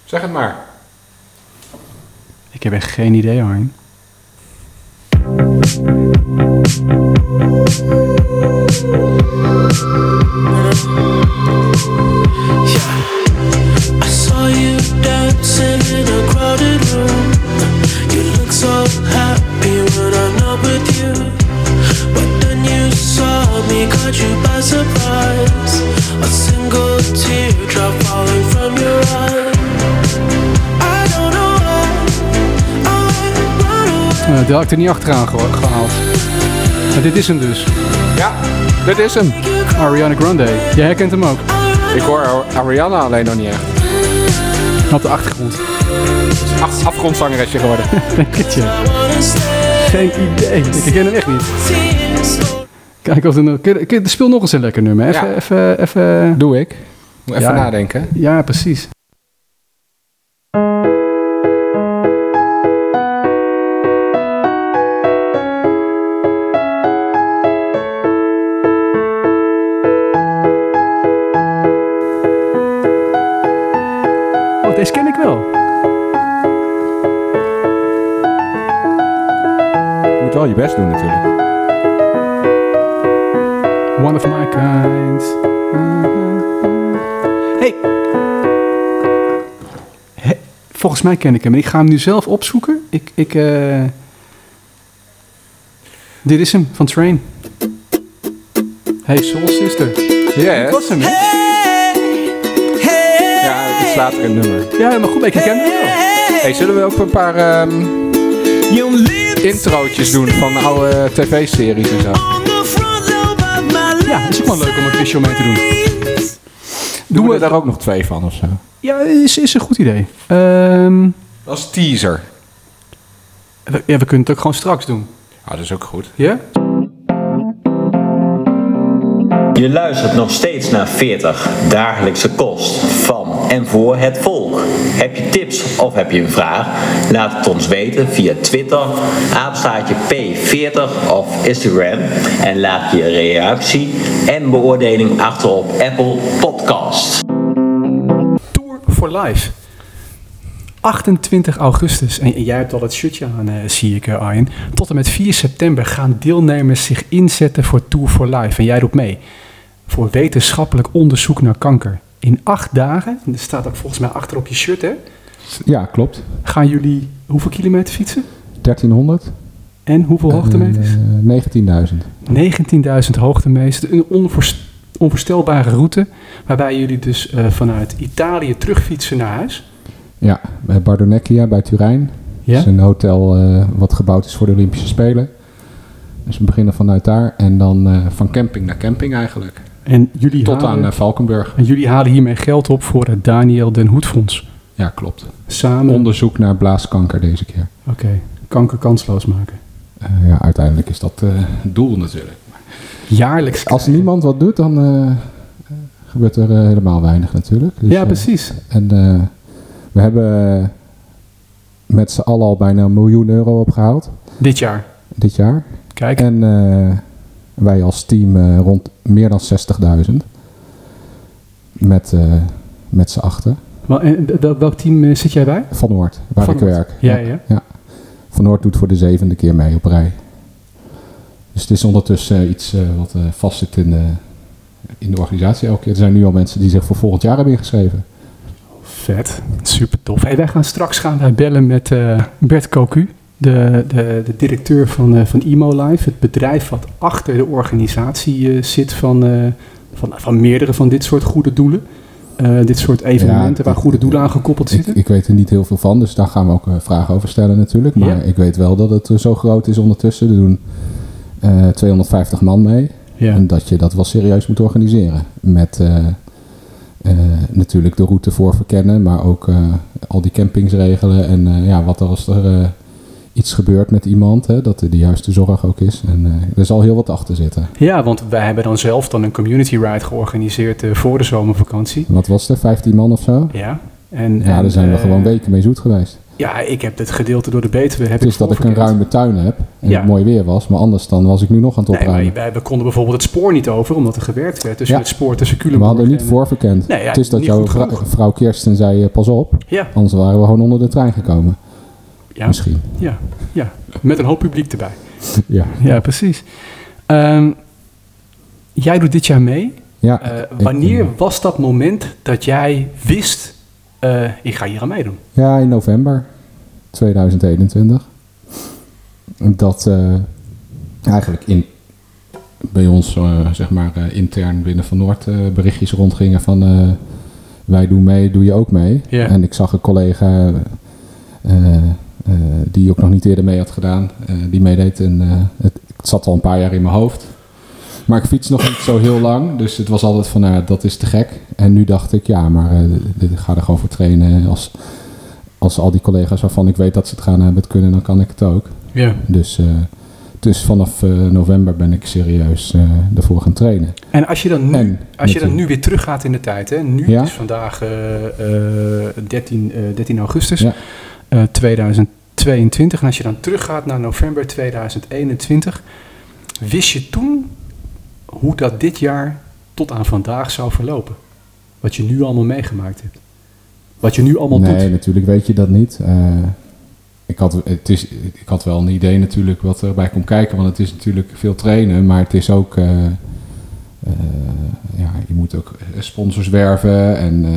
Speaker 3: Zeg het maar.
Speaker 2: Ik heb echt geen idee, Arjen.
Speaker 6: I saw you dancing in a crowded room. You look so happy when I'm not with you. But then you saw me, caught you by surprise. A single teardrop falling from your eye. I don't know why I run away.
Speaker 2: Eh, dat had ik er niet achteraan geho- gehaald. Maar dit is hem dus.
Speaker 3: Ja, dit is hem.
Speaker 2: Ariana Grande. Jij herkent hem ook.
Speaker 3: Ik hoor Ar- Ariana alleen nog niet echt.
Speaker 2: Op de achtergrond.
Speaker 3: Af afgrondzangeresje geworden.
Speaker 2: Denk het je. Geen idee. Ik ken hem echt niet.
Speaker 6: oh.
Speaker 2: Kijk of er nog... kun- kun- Speel nog eens een lekker nummer. Even,
Speaker 3: Ja.
Speaker 2: even, even...
Speaker 3: Doe ik. Moet even
Speaker 2: Ja.
Speaker 3: nadenken.
Speaker 2: Ja, precies. Oh, deze ken ik wel.
Speaker 3: Je moet wel je best doen natuurlijk.
Speaker 2: One of my kind. Hey. Hé, Volgens mij ken ik hem. Ik ga hem nu zelf opzoeken. Ik, ik, eh, Dit is hem, van Train. Hey, Soul Sister. Dat was
Speaker 3: Yes.
Speaker 2: hem, hè?
Speaker 3: Ja, het is later een nummer.
Speaker 2: Ja, maar goed, ik ken hem wel.
Speaker 3: Hey, zullen we ook een paar ehm, introotjes doen van oude tv-series en zo?
Speaker 2: Ja, is ook wel leuk om een quizje mee te doen.
Speaker 3: Doen we daar ook nog twee van of zo?
Speaker 2: Ja, is, is een goed idee. Ehm,
Speaker 3: Als teaser.
Speaker 2: we- ja, we kunnen het ook gewoon straks doen.
Speaker 3: Ah, dat is ook goed.
Speaker 2: Ja?
Speaker 8: Je luistert nog steeds naar 40 dagelijkse kost van en voor het volk. Heb je tips of heb je een vraag? Laat het ons weten via Twitter, apenstaartje P40 of Instagram. En laat je reactie en beoordeling achter op Apple Podcasts.
Speaker 2: Tour for Life. 28 augustus, en en jij hebt al het shirtje aan, eh, zie ik, eh, Arjen. Tot en met 4 september gaan deelnemers zich inzetten voor Tour for Life. En jij doet mee. Voor wetenschappelijk onderzoek naar kanker. In acht dagen, en dat staat ook volgens mij achter op je shirt, hè?
Speaker 9: Ja, klopt.
Speaker 2: Gaan jullie hoeveel kilometer fietsen?
Speaker 9: 1300.
Speaker 2: En hoeveel hoogtemeters?
Speaker 9: Eh, 19.000.
Speaker 2: 19.000 hoogtemeters. Een onvoors- onvoorstelbare route. Waarbij jullie dus eh, vanuit Italië terugfietsen naar huis.
Speaker 9: Ja, bij Bardonecchia bij Turijn.
Speaker 2: Ja?
Speaker 9: Dat is een hotel eh, wat gebouwd is voor de Olympische Spelen. Dus we beginnen vanuit daar en dan eh, van camping naar camping eigenlijk.
Speaker 2: En jullie
Speaker 9: Tot aan
Speaker 2: halen-
Speaker 9: eh, Valkenburg.
Speaker 2: En jullie halen hiermee geld op voor het Daniel Den Hoed Fonds.
Speaker 6: Ja, klopt.
Speaker 2: Samen.
Speaker 6: Onderzoek naar blaaskanker deze keer.
Speaker 2: Oké, kanker kansloos maken.
Speaker 6: Eh, ja, uiteindelijk is dat eh, het doel natuurlijk.
Speaker 2: Jaarlijks.
Speaker 6: Als niemand wat doet, dan eh, eh, gebeurt er eh, helemaal weinig natuurlijk. Dus,
Speaker 2: ja,
Speaker 6: eh,
Speaker 2: precies.
Speaker 6: En eh, we hebben eh, met z'n allen al bijna een miljoen euro opgehaald
Speaker 2: Dit jaar.
Speaker 6: dit jaar.
Speaker 2: Kijk.
Speaker 6: En eh, wij als team eh, rond meer dan 60.000. Met, eh, met z'n achten.
Speaker 2: Wel- en wel- welk team eh, zit jij bij?
Speaker 6: Van Noord, waar
Speaker 2: Van
Speaker 6: ik
Speaker 2: Noord.
Speaker 6: werk.
Speaker 2: Ja, ja.
Speaker 6: Van Noord doet voor de zevende keer mee op rij. Dus het is ondertussen eh, iets eh, wat eh vast zit in de, in de organisatie elke keer. Er zijn nu al mensen die zich voor volgend jaar hebben ingeschreven.
Speaker 2: Vet. Super tof. Hey, wij gaan straks gaan wij bellen met eh, Bert Cocu. De, de, de directeur van, eh, van Emo Live. Het bedrijf wat achter de organisatie eh, zit van, eh, van, van meerdere van dit soort goede doelen. Eh, dit soort evenementen
Speaker 6: Ja,
Speaker 2: waar goede doelen aan gekoppeld
Speaker 6: Ik,
Speaker 2: zitten.
Speaker 6: ik weet er niet heel veel van, dus daar gaan we ook eh, vragen over stellen natuurlijk. Maar
Speaker 2: Ja.
Speaker 6: ik weet wel dat het eh, zo groot is ondertussen. Er doen eh, 250 man mee.
Speaker 2: ja.
Speaker 6: En dat je dat wel serieus moet organiseren. Met eh, eh, natuurlijk de route voor verkennen, maar ook eh, al die campings regelen. En eh, ja, wat er als er eh, iets gebeurt met iemand, hè, dat er de juiste zorg ook is. En eh, er zal heel wat achter zitten.
Speaker 2: ja, want wij hebben dan zelf dan een community ride georganiseerd eh, voor de zomervakantie.
Speaker 6: Wat was er, 15 man of zo?
Speaker 2: Ja. En,
Speaker 6: Ja, daar
Speaker 2: en,
Speaker 6: zijn we
Speaker 2: eh,
Speaker 6: gewoon weken mee zoet geweest.
Speaker 2: Ja, ik heb dit gedeelte door de betuwe. Heb
Speaker 6: Het is
Speaker 2: ik
Speaker 6: dat ik een
Speaker 2: voorverkeerd.
Speaker 6: ruime tuin heb en
Speaker 2: Ja.
Speaker 6: het mooi weer was, maar anders dan was ik nu nog aan het
Speaker 2: Nee, maar
Speaker 6: opruimen.
Speaker 2: wij, we konden bijvoorbeeld het spoor niet over, omdat er gewerkt werd. Dus
Speaker 6: eh, Ja.
Speaker 2: het spoor tussen
Speaker 6: we
Speaker 2: Culemborg
Speaker 6: hadden niet
Speaker 2: en-
Speaker 6: voorverkend.
Speaker 2: Nee, ja,
Speaker 6: het is dat
Speaker 2: niet
Speaker 6: jouw
Speaker 2: goed
Speaker 6: vrou-
Speaker 2: genoeg.
Speaker 6: vrouw Kirsten zei, eh, pas op,
Speaker 2: Ja,
Speaker 6: anders waren we gewoon onder de trein gekomen.
Speaker 2: ja,
Speaker 6: Oh, Misschien.
Speaker 2: ja, ja, met een hoop publiek erbij.
Speaker 6: Ja.
Speaker 2: Ja, precies. Ehm, jij doet dit jaar mee.
Speaker 6: Ja,
Speaker 2: Eh,
Speaker 6: ik-
Speaker 2: wanneer was dat moment dat jij wist, eh, ik ga hier aan meedoen?
Speaker 6: Ja, in november 2021. Dat eh, eigenlijk in, bij ons, eh, zeg maar, eh, intern binnen Van Noord eh, berichtjes rondgingen van... eh, wij doen mee, doe je ook mee.
Speaker 2: Ja.
Speaker 6: En ik zag een collega eh, eh, die ook nog niet eerder mee had gedaan, eh, die meedeed. En eh, het, het zat al een paar jaar in mijn hoofd. Maar ik fiets nog niet zo heel lang, dus het was altijd van, nou, dat is te gek. En nu dacht ik, ja, maar eh, ik ga er gewoon voor trainen. Als, als al die collega's waarvan ik weet dat ze het gaan hebben het kunnen, dan kan ik het ook.
Speaker 2: Ja.
Speaker 6: Dus, eh, dus vanaf eh, november ben ik serieus eh ervoor gaan trainen.
Speaker 2: En als je dan nu,
Speaker 6: En
Speaker 2: als je dan
Speaker 6: natuurlijk-
Speaker 2: nu weer teruggaat in de tijd, hè? nu
Speaker 6: Ja.
Speaker 2: is vandaag eh, eh, 13, eh, 13 augustus
Speaker 6: Ja.
Speaker 2: eh, 2022. En als je dan teruggaat naar november 2021, wist je toen hoe dat dit jaar tot aan vandaag zou verlopen? Wat je nu allemaal meegemaakt hebt. Wat je nu allemaal
Speaker 6: Nee,
Speaker 2: doet.
Speaker 6: natuurlijk weet je dat niet. Eh, ik, had, het is, ik had wel een idee natuurlijk wat erbij komt kijken. Want het is natuurlijk veel trainen. Maar het is ook... eh, eh, ja, je moet ook sponsors werven. En eh,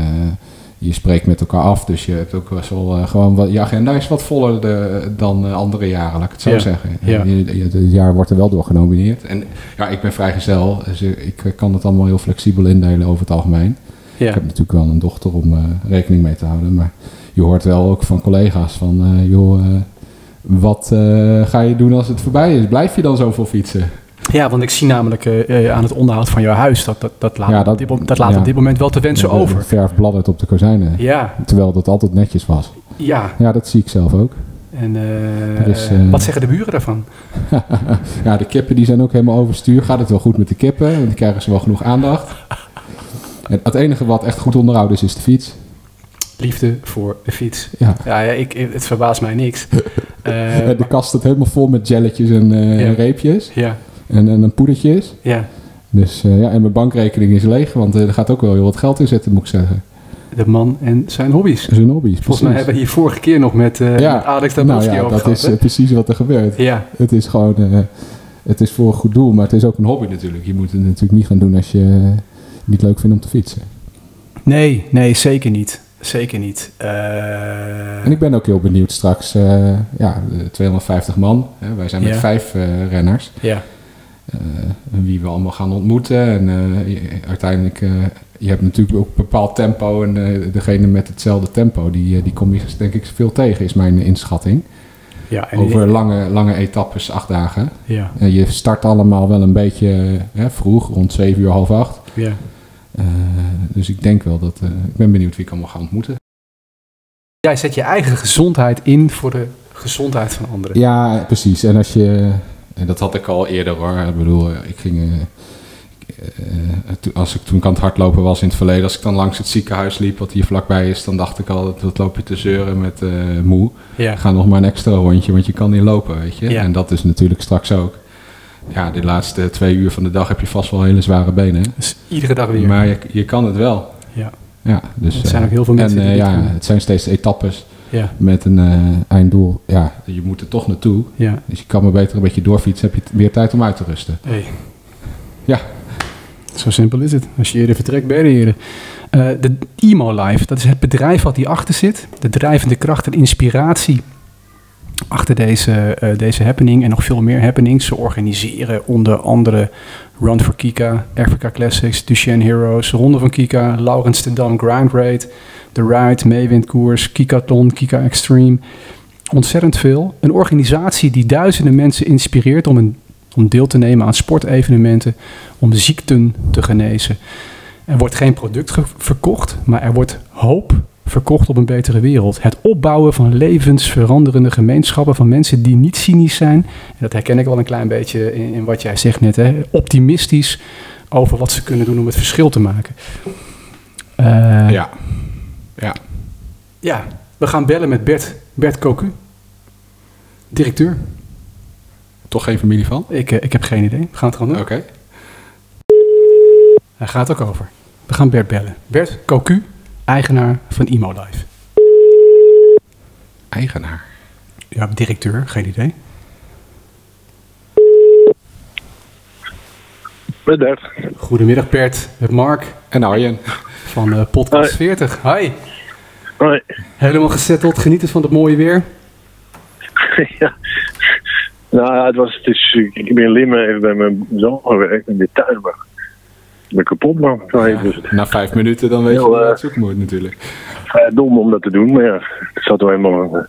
Speaker 6: je spreekt met elkaar af. Dus je hebt ook best wel eh, gewoon... Wat, je agenda is wat voller de- dan eh, andere jaren, laat ik het zo
Speaker 2: Ja,
Speaker 6: zeggen.
Speaker 2: ja.
Speaker 6: Je- je- het jaar wordt er wel door genomineerd. En ja, ik ben vrijgezel. Dus eh, ik kan het allemaal heel flexibel indelen over het algemeen.
Speaker 2: Ja.
Speaker 6: Ik heb natuurlijk wel een dochter om eh, rekening mee te houden. Maar je hoort wel ook van collega's van... eh, joh, eh, wat eh, ga je doen als het voorbij is? Blijf je dan zoveel fietsen?
Speaker 2: ja, want ik zie namelijk eh, eh, aan het onderhoud van jouw huis, dat, dat, dat laat,
Speaker 6: Ja,
Speaker 2: op
Speaker 6: dat-
Speaker 2: dit mom- dat laat
Speaker 6: ja.
Speaker 2: op dit moment wel te wensen
Speaker 6: De- de
Speaker 2: over.
Speaker 6: Eh, Verf bladdert op de kozijnen.
Speaker 2: Ja,
Speaker 6: Terwijl dat altijd netjes was.
Speaker 2: ja.
Speaker 6: Ja, dat zie ik zelf ook.
Speaker 2: En eh,
Speaker 6: Er is, eh,
Speaker 2: wat zeggen de buren daarvan?
Speaker 6: ja, de kippen die zijn ook helemaal overstuur. Gaat het wel goed met de kippen? Want die krijgen ze wel genoeg aandacht. En het enige wat echt goed onderhouden is, is de fiets.
Speaker 2: Liefde voor de fiets.
Speaker 6: Ja.
Speaker 2: Ja, ja ik, ik- het verbaast mij niks. Eh,
Speaker 6: En de kast staat helemaal vol met jelletjes en, eh,
Speaker 2: Ja.
Speaker 6: en reepjes.
Speaker 2: ja,
Speaker 6: En, en, en poedertjes.
Speaker 2: ja,
Speaker 6: Dus eh, ja, en mijn bankrekening is leeg, want eh, er gaat ook wel heel wat geld in zitten, moet ik zeggen.
Speaker 2: de man en zijn hobby's.
Speaker 6: Dat is een hobby.
Speaker 2: Volgens mij hebben we hier vorige keer nog met, eh
Speaker 6: Ja.
Speaker 2: met Alex
Speaker 6: nou
Speaker 2: Dabrowski
Speaker 6: ja,
Speaker 2: over
Speaker 6: dat
Speaker 2: gehad.
Speaker 6: is
Speaker 2: hè?
Speaker 6: eh, precies wat er gebeurt.
Speaker 2: ja,
Speaker 6: Het is gewoon, eh, het is voor een goed doel, maar het is ook een hobby natuurlijk. Je moet het natuurlijk niet gaan doen als je eh, niet leuk vindt om te fietsen.
Speaker 2: nee, nee, zeker niet. Zeker niet. Eh,
Speaker 6: En ik ben ook heel benieuwd straks, eh, ja, de 250 man. Hè, wij zijn met
Speaker 2: Ja.
Speaker 6: vijf eh, renners,
Speaker 2: ja,
Speaker 6: eh, wie we allemaal gaan ontmoeten. En eh, je- uiteindelijk, eh, je hebt natuurlijk ook een bepaald tempo en eh, degene met hetzelfde tempo, die, eh, die kom je denk ik veel tegen, is mijn inschatting.
Speaker 2: ja, en
Speaker 6: Over lange, lange etappes, acht dagen.
Speaker 2: ja,
Speaker 6: En je start allemaal wel een beetje hè, vroeg, rond 7 uur, half acht.
Speaker 2: ja.
Speaker 6: Eh, dus ik denk wel dat... eh, ik ben benieuwd wie ik allemaal ga ontmoeten.
Speaker 2: Jij zet je eigen gezondheid in voor de gezondheid van anderen.
Speaker 6: Ja, precies. En als je. En dat had ik al eerder hoor. Ik bedoel, eh, ik ging. eh, ik, eh, toen- als ik toen ik aan het hardlopen was in het verleden, als ik dan langs het ziekenhuis liep, wat hier vlakbij is, dan dacht ik al, dat- dat loop je te zeuren met eh, moe.
Speaker 2: Ja.
Speaker 6: Ga nog maar een extra rondje, want je kan niet lopen, weet je.
Speaker 2: Ja.
Speaker 6: En dat is natuurlijk straks ook. Ja, de laatste twee uur van de dag heb je vast wel hele zware benen.
Speaker 2: Dus iedere dag weer.
Speaker 6: Maar je, je kan het wel.
Speaker 2: Ja.
Speaker 6: Ja, dus,
Speaker 2: Er zijn
Speaker 6: eh,
Speaker 2: ook heel veel mensen
Speaker 6: en, eh,
Speaker 2: die dit
Speaker 6: ja,
Speaker 2: kunnen.
Speaker 6: Het zijn steeds etappes
Speaker 2: Ja.
Speaker 6: met een eh, einddoel. Ja, je moet er toch naartoe.
Speaker 2: Ja.
Speaker 6: Dus je kan maar beter een beetje doorfietsen. Heb je t- meer tijd om uit te rusten.
Speaker 2: Hey.
Speaker 6: Ja.
Speaker 2: Zo simpel is het. Als je eerder vertrekt, ben je er eerder. Eh, de Emo Life, dat is het bedrijf wat hierachter zit. De drijvende kracht en inspiratie achter deze, eh, deze happening en nog veel meer happenings. Ze organiseren onder andere Run for Kika, Africa Classics, Duchenne Heroes, Ronde van Kika, Laurens ten Dam Grind Raid, The Ride, Meewind Koers, Kikaton, Kika Extreme. Ontzettend veel. Een organisatie die duizenden mensen inspireert om, een, om deel te nemen aan sportevenementen, om ziekten te genezen. Er wordt geen product ge- verkocht, maar er wordt hoop verkocht op een betere wereld. Het opbouwen van levensveranderende gemeenschappen van mensen die niet cynisch zijn. En dat herken ik wel een klein beetje in, in wat jij zegt net. Hè? Optimistisch over wat ze kunnen doen om het verschil te maken. Eh,
Speaker 6: Ja. Ja.
Speaker 2: ja, we gaan bellen met Bert. Bert Koku. Directeur.
Speaker 6: Toch geen familie van?
Speaker 2: Ik, eh, ik heb geen idee. We gaan het gewoon doen.
Speaker 6: Oké.
Speaker 2: Hij gaat ook over. We gaan Bert bellen. Bert Koku, eigenaar van Imo Life.
Speaker 6: Eigenaar.
Speaker 2: Ja, directeur. Geen idee.
Speaker 8: Middag.
Speaker 2: Goedemiddag Bert. Met Mark
Speaker 6: En Arjen.
Speaker 2: van eh, Podcast 40. Hi.
Speaker 8: Hoi.
Speaker 2: Helemaal gezetteld. Genieten van het mooie weer.
Speaker 8: ja. Nou, ja, het was, het is, ik ben in Limmen even bij mijn zoon gewerkt in de tuin. Maar ik ben kapot, man. Zo even. Dus het
Speaker 6: Na vijf minuten dan weet
Speaker 8: Heel,
Speaker 6: je waar je
Speaker 8: eh,
Speaker 6: het zoeken moet natuurlijk.
Speaker 8: is vrij dom om dat te doen, maar ja, het zat wel helemaal een eh,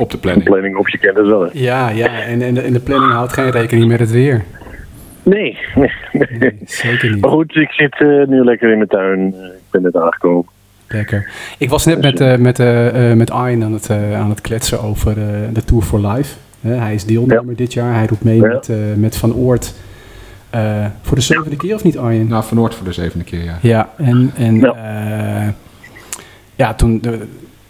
Speaker 6: Op de
Speaker 8: een
Speaker 6: planning.
Speaker 8: planning op je kennis wel. hè.
Speaker 2: Ja, ja. En, en, de- en de planning houdt geen rekening met het weer.
Speaker 8: Nee, nee, nee.
Speaker 2: Zeker niet.
Speaker 8: Maar goed, ik zit eh, nu lekker in mijn tuin. Eh, Ik ben net aangekomen.
Speaker 2: Lekker. Ik was net met, eh met, eh, eh, met Arjen aan het, eh, aan het kletsen over eh, de Tour for Life. Hè, hij is deelnemer dit jaar. Hij doet mee
Speaker 8: Ja.
Speaker 2: met, eh, met Van Oort. eh, voor de zevende keer of niet, Arjen?
Speaker 6: Nou, van Noord voor de zevende keer, ja.
Speaker 2: Ja, en, en
Speaker 8: Ja.
Speaker 2: eh, ja, toen eh,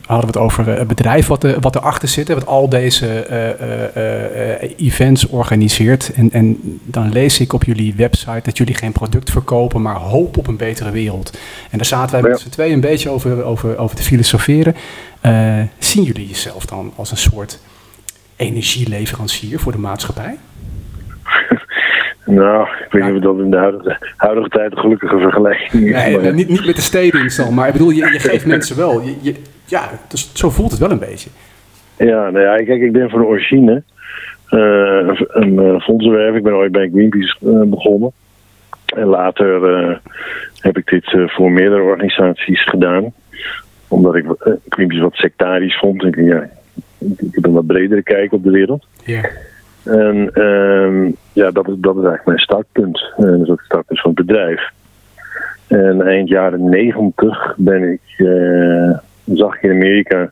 Speaker 2: hadden we het over eh, het bedrijf wat, er wat erachter zit, hè, wat al deze eh, eh, eh, eh, events organiseert. En, en dan lees ik op jullie website dat jullie geen product verkopen, maar hoop op een betere wereld. En daar zaten wij
Speaker 8: Ja.
Speaker 2: met z'n tweeën een beetje over, over, over te filosoferen. Eh, zien jullie jezelf dan als een soort energieleverancier voor de maatschappij?
Speaker 8: Nou, ik weet niet of dat in de huidige, huidige tijd een gelukkige vergelijking is.
Speaker 2: Nee,
Speaker 8: maar-
Speaker 2: eh, niet, niet met de stedeninkstal, maar ik bedoel, je, je geeft mensen wel. Je, je- ja, dus zo voelt het wel een beetje.
Speaker 8: Ja, nou ja, kijk, ik ben van origine eh, een eh, fondsenwerver. Ik ben ooit bij Greenpeace eh, begonnen. En later eh, heb ik dit eh, voor meerdere organisaties gedaan. Omdat ik eh, Greenpeace wat sectarisch vond. Ik, denk, ja, ik ik heb een wat bredere kijk op de wereld.
Speaker 2: Ja.
Speaker 8: En ehm, ja, dat is, dat is eigenlijk mijn startpunt. En dat is ook het startpunt van het bedrijf. En eind jaren negentig ben ik, eh, zag ik in Amerika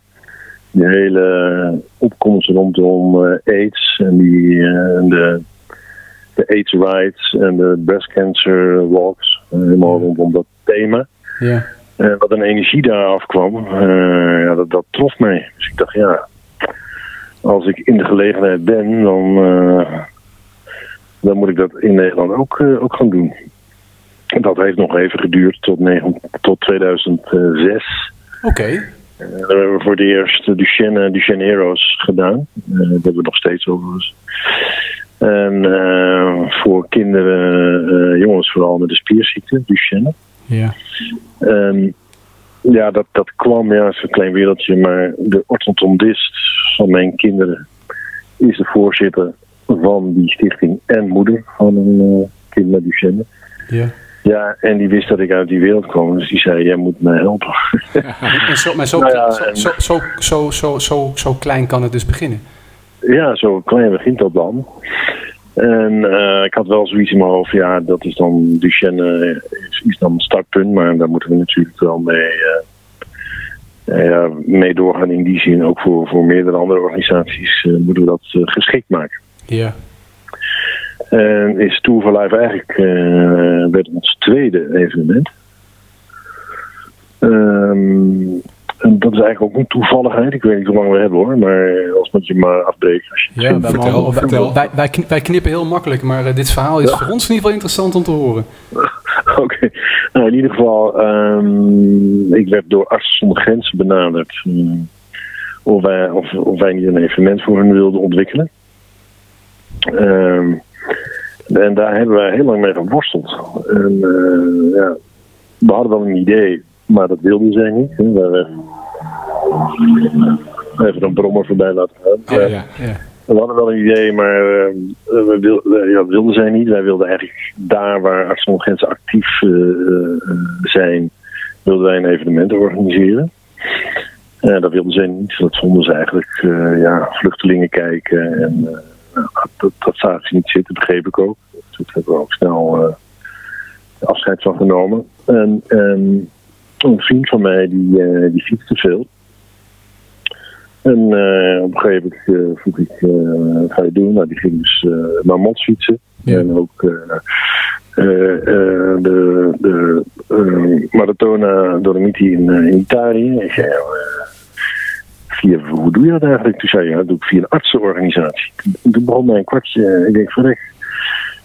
Speaker 8: die hele opkomst rondom eh, AIDS en die, eh, en de, de AIDS rights en de breast cancer walks, eh, helemaal rondom dat thema.
Speaker 2: Ja.
Speaker 8: Eh, wat een energie daar afkwam, eh, ja, dat, dat trof mij. Dus ik dacht, ja, als ik in de gelegenheid ben, dan, eh, dan moet ik dat in Nederland ook, eh, ook gaan doen. En dat heeft nog even geduurd tot, negen- tot 2006.
Speaker 2: Oké.
Speaker 8: En daar hebben we voor de eerst de Duchenne, Duchenne Heroes gedaan. Eh, dat hebben we nog steeds overigens. En eh, voor kinderen, eh, jongens vooral met de spierziekte, Duchenne.
Speaker 2: Ja.
Speaker 8: Ehm, ja, dat, dat kwam, ja, zo'n klein wereldje. Maar de orthodontist van mijn kinderen is de voorzitter van die stichting en moeder van een eh, kind met Duchenne.
Speaker 2: Ja.
Speaker 8: Ja, en die wist dat ik uit die wereld kwam. Dus die zei, jij moet mij helpen.
Speaker 2: En zo, maar zo,
Speaker 8: Nou ja,
Speaker 2: zo,
Speaker 8: en-
Speaker 2: zo, zo, zo, zo, zo, zo klein kan het dus beginnen.
Speaker 8: Ja, zo klein begint dat dan. En eh, ik had wel zoiets in mijn hoofd, ja, dat is dan Duchenne eh, is, is dan het startpunt, maar daar moeten we natuurlijk wel mee eh, eh, ja, mee doorgaan in die zin. Ook voor, voor meerdere andere organisaties eh, moeten we dat eh, geschikt maken.
Speaker 2: Ja.
Speaker 8: En is Tour for Life eigenlijk eh, werd ons tweede evenement. Ehm, en dat is eigenlijk ook een toevalligheid. Ik weet niet hoe lang we hebben hoor, maar eh, als moet je maar afbreken. Als je het
Speaker 2: Ja,
Speaker 8: vindt.
Speaker 2: wij,
Speaker 6: vertel,
Speaker 2: mogen- wij-
Speaker 6: vertel.
Speaker 2: Wij, wij, kn- wij knippen heel makkelijk, maar eh, dit verhaal is voor ons in ieder geval interessant om te horen.
Speaker 8: Oké. Nou, in ieder geval, ehm, ik werd door Artsen zonder Grenzen benaderd. ehm, of, wij, of, of wij niet een evenement voor hun wilden ontwikkelen. Ehm, en daar hebben wij heel lang mee geworsteld. En, eh, ja, we hadden wel een idee, maar dat wilden zij niet. hè. Wij- wij- Even een brommer voorbij laten gaan.
Speaker 6: Ja, ja.
Speaker 8: We hadden wel een idee, maar eh, we wil, eh, ja, dat wilden zij niet. Wij wilden eigenlijk daar waar Arsenal Grenzen actief eh, eh, zijn, wilden wij een evenement organiseren. Eh, dat wilden zij niet. Dat vonden ze eigenlijk eh, ja, vluchtelingen kijken. En, eh, nou, dat, dat zagen ze niet zitten, begreep ik ook. Dus Daar hebben we ook snel eh, afscheid van genomen. En, en een vriend van mij die, eh die fietste veel. En eh, op een gegeven moment eh, vroeg ik, eh, wat ga je doen? Nou, die ging dus eh naar Mons fietsen. En ook eh eh, eh, de, de eh, Maratona Dolomiti in, eh, in Italië. Ik zei, ja, eh, via, hoe doe je dat eigenlijk? Toen zei hij, ja, dat doe ik via een artsenorganisatie. Toen- Toen begon mij een kwartje, ik denk, verrek,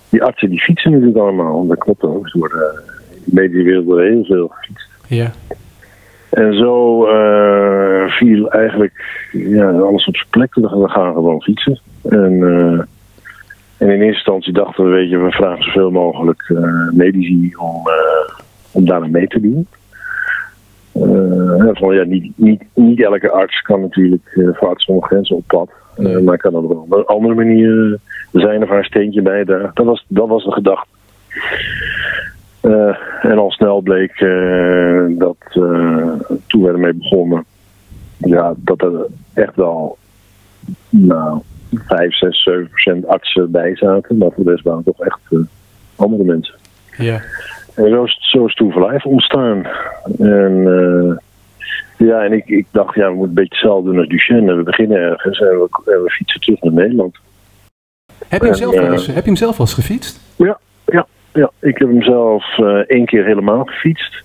Speaker 8: die artsen die fietsen natuurlijk allemaal. Dat klopt ook, er worden eh, in de mediawereld wordt heel veel gefietst.
Speaker 2: Ja.
Speaker 8: En zo eh, viel eigenlijk ja, alles op zijn plek. We dachten, We gaan gewoon fietsen. En, eh, en in eerste instantie dachten we, weet je, we vragen zoveel mogelijk eh, medici om, eh om daar aan mee te doen. Eh, en van, ja, niet, niet, niet elke arts kan natuurlijk eh voor arts zonder grenzen op pad. Eh, maar kan dat op een andere- andere manier zijn of haar steentje bijdragen. Dat was, dat was de gedachte. Eh, en al snel bleek eh, dat eh, toen we ermee begonnen, ja, dat er echt wel nou, 5, 6, 7 procent artsen bij zaten. Maar voor de rest waren het toch echt eh, andere mensen.
Speaker 2: Ja.
Speaker 8: En zo is, zo is Tour for Life ontstaan. En, eh, ja, en ik, ik dacht, ja, we moeten een beetje hetzelfde doen als Duchenne. We beginnen ergens en we, en we fietsen terug naar Nederland.
Speaker 2: Heb, je hem
Speaker 8: En,
Speaker 2: zelf wel
Speaker 8: eh,
Speaker 2: eens, heb je hem zelf wel eens gefietst?
Speaker 8: Ja, ja, ja. Ik heb hem zelf eh, één keer helemaal gefietst.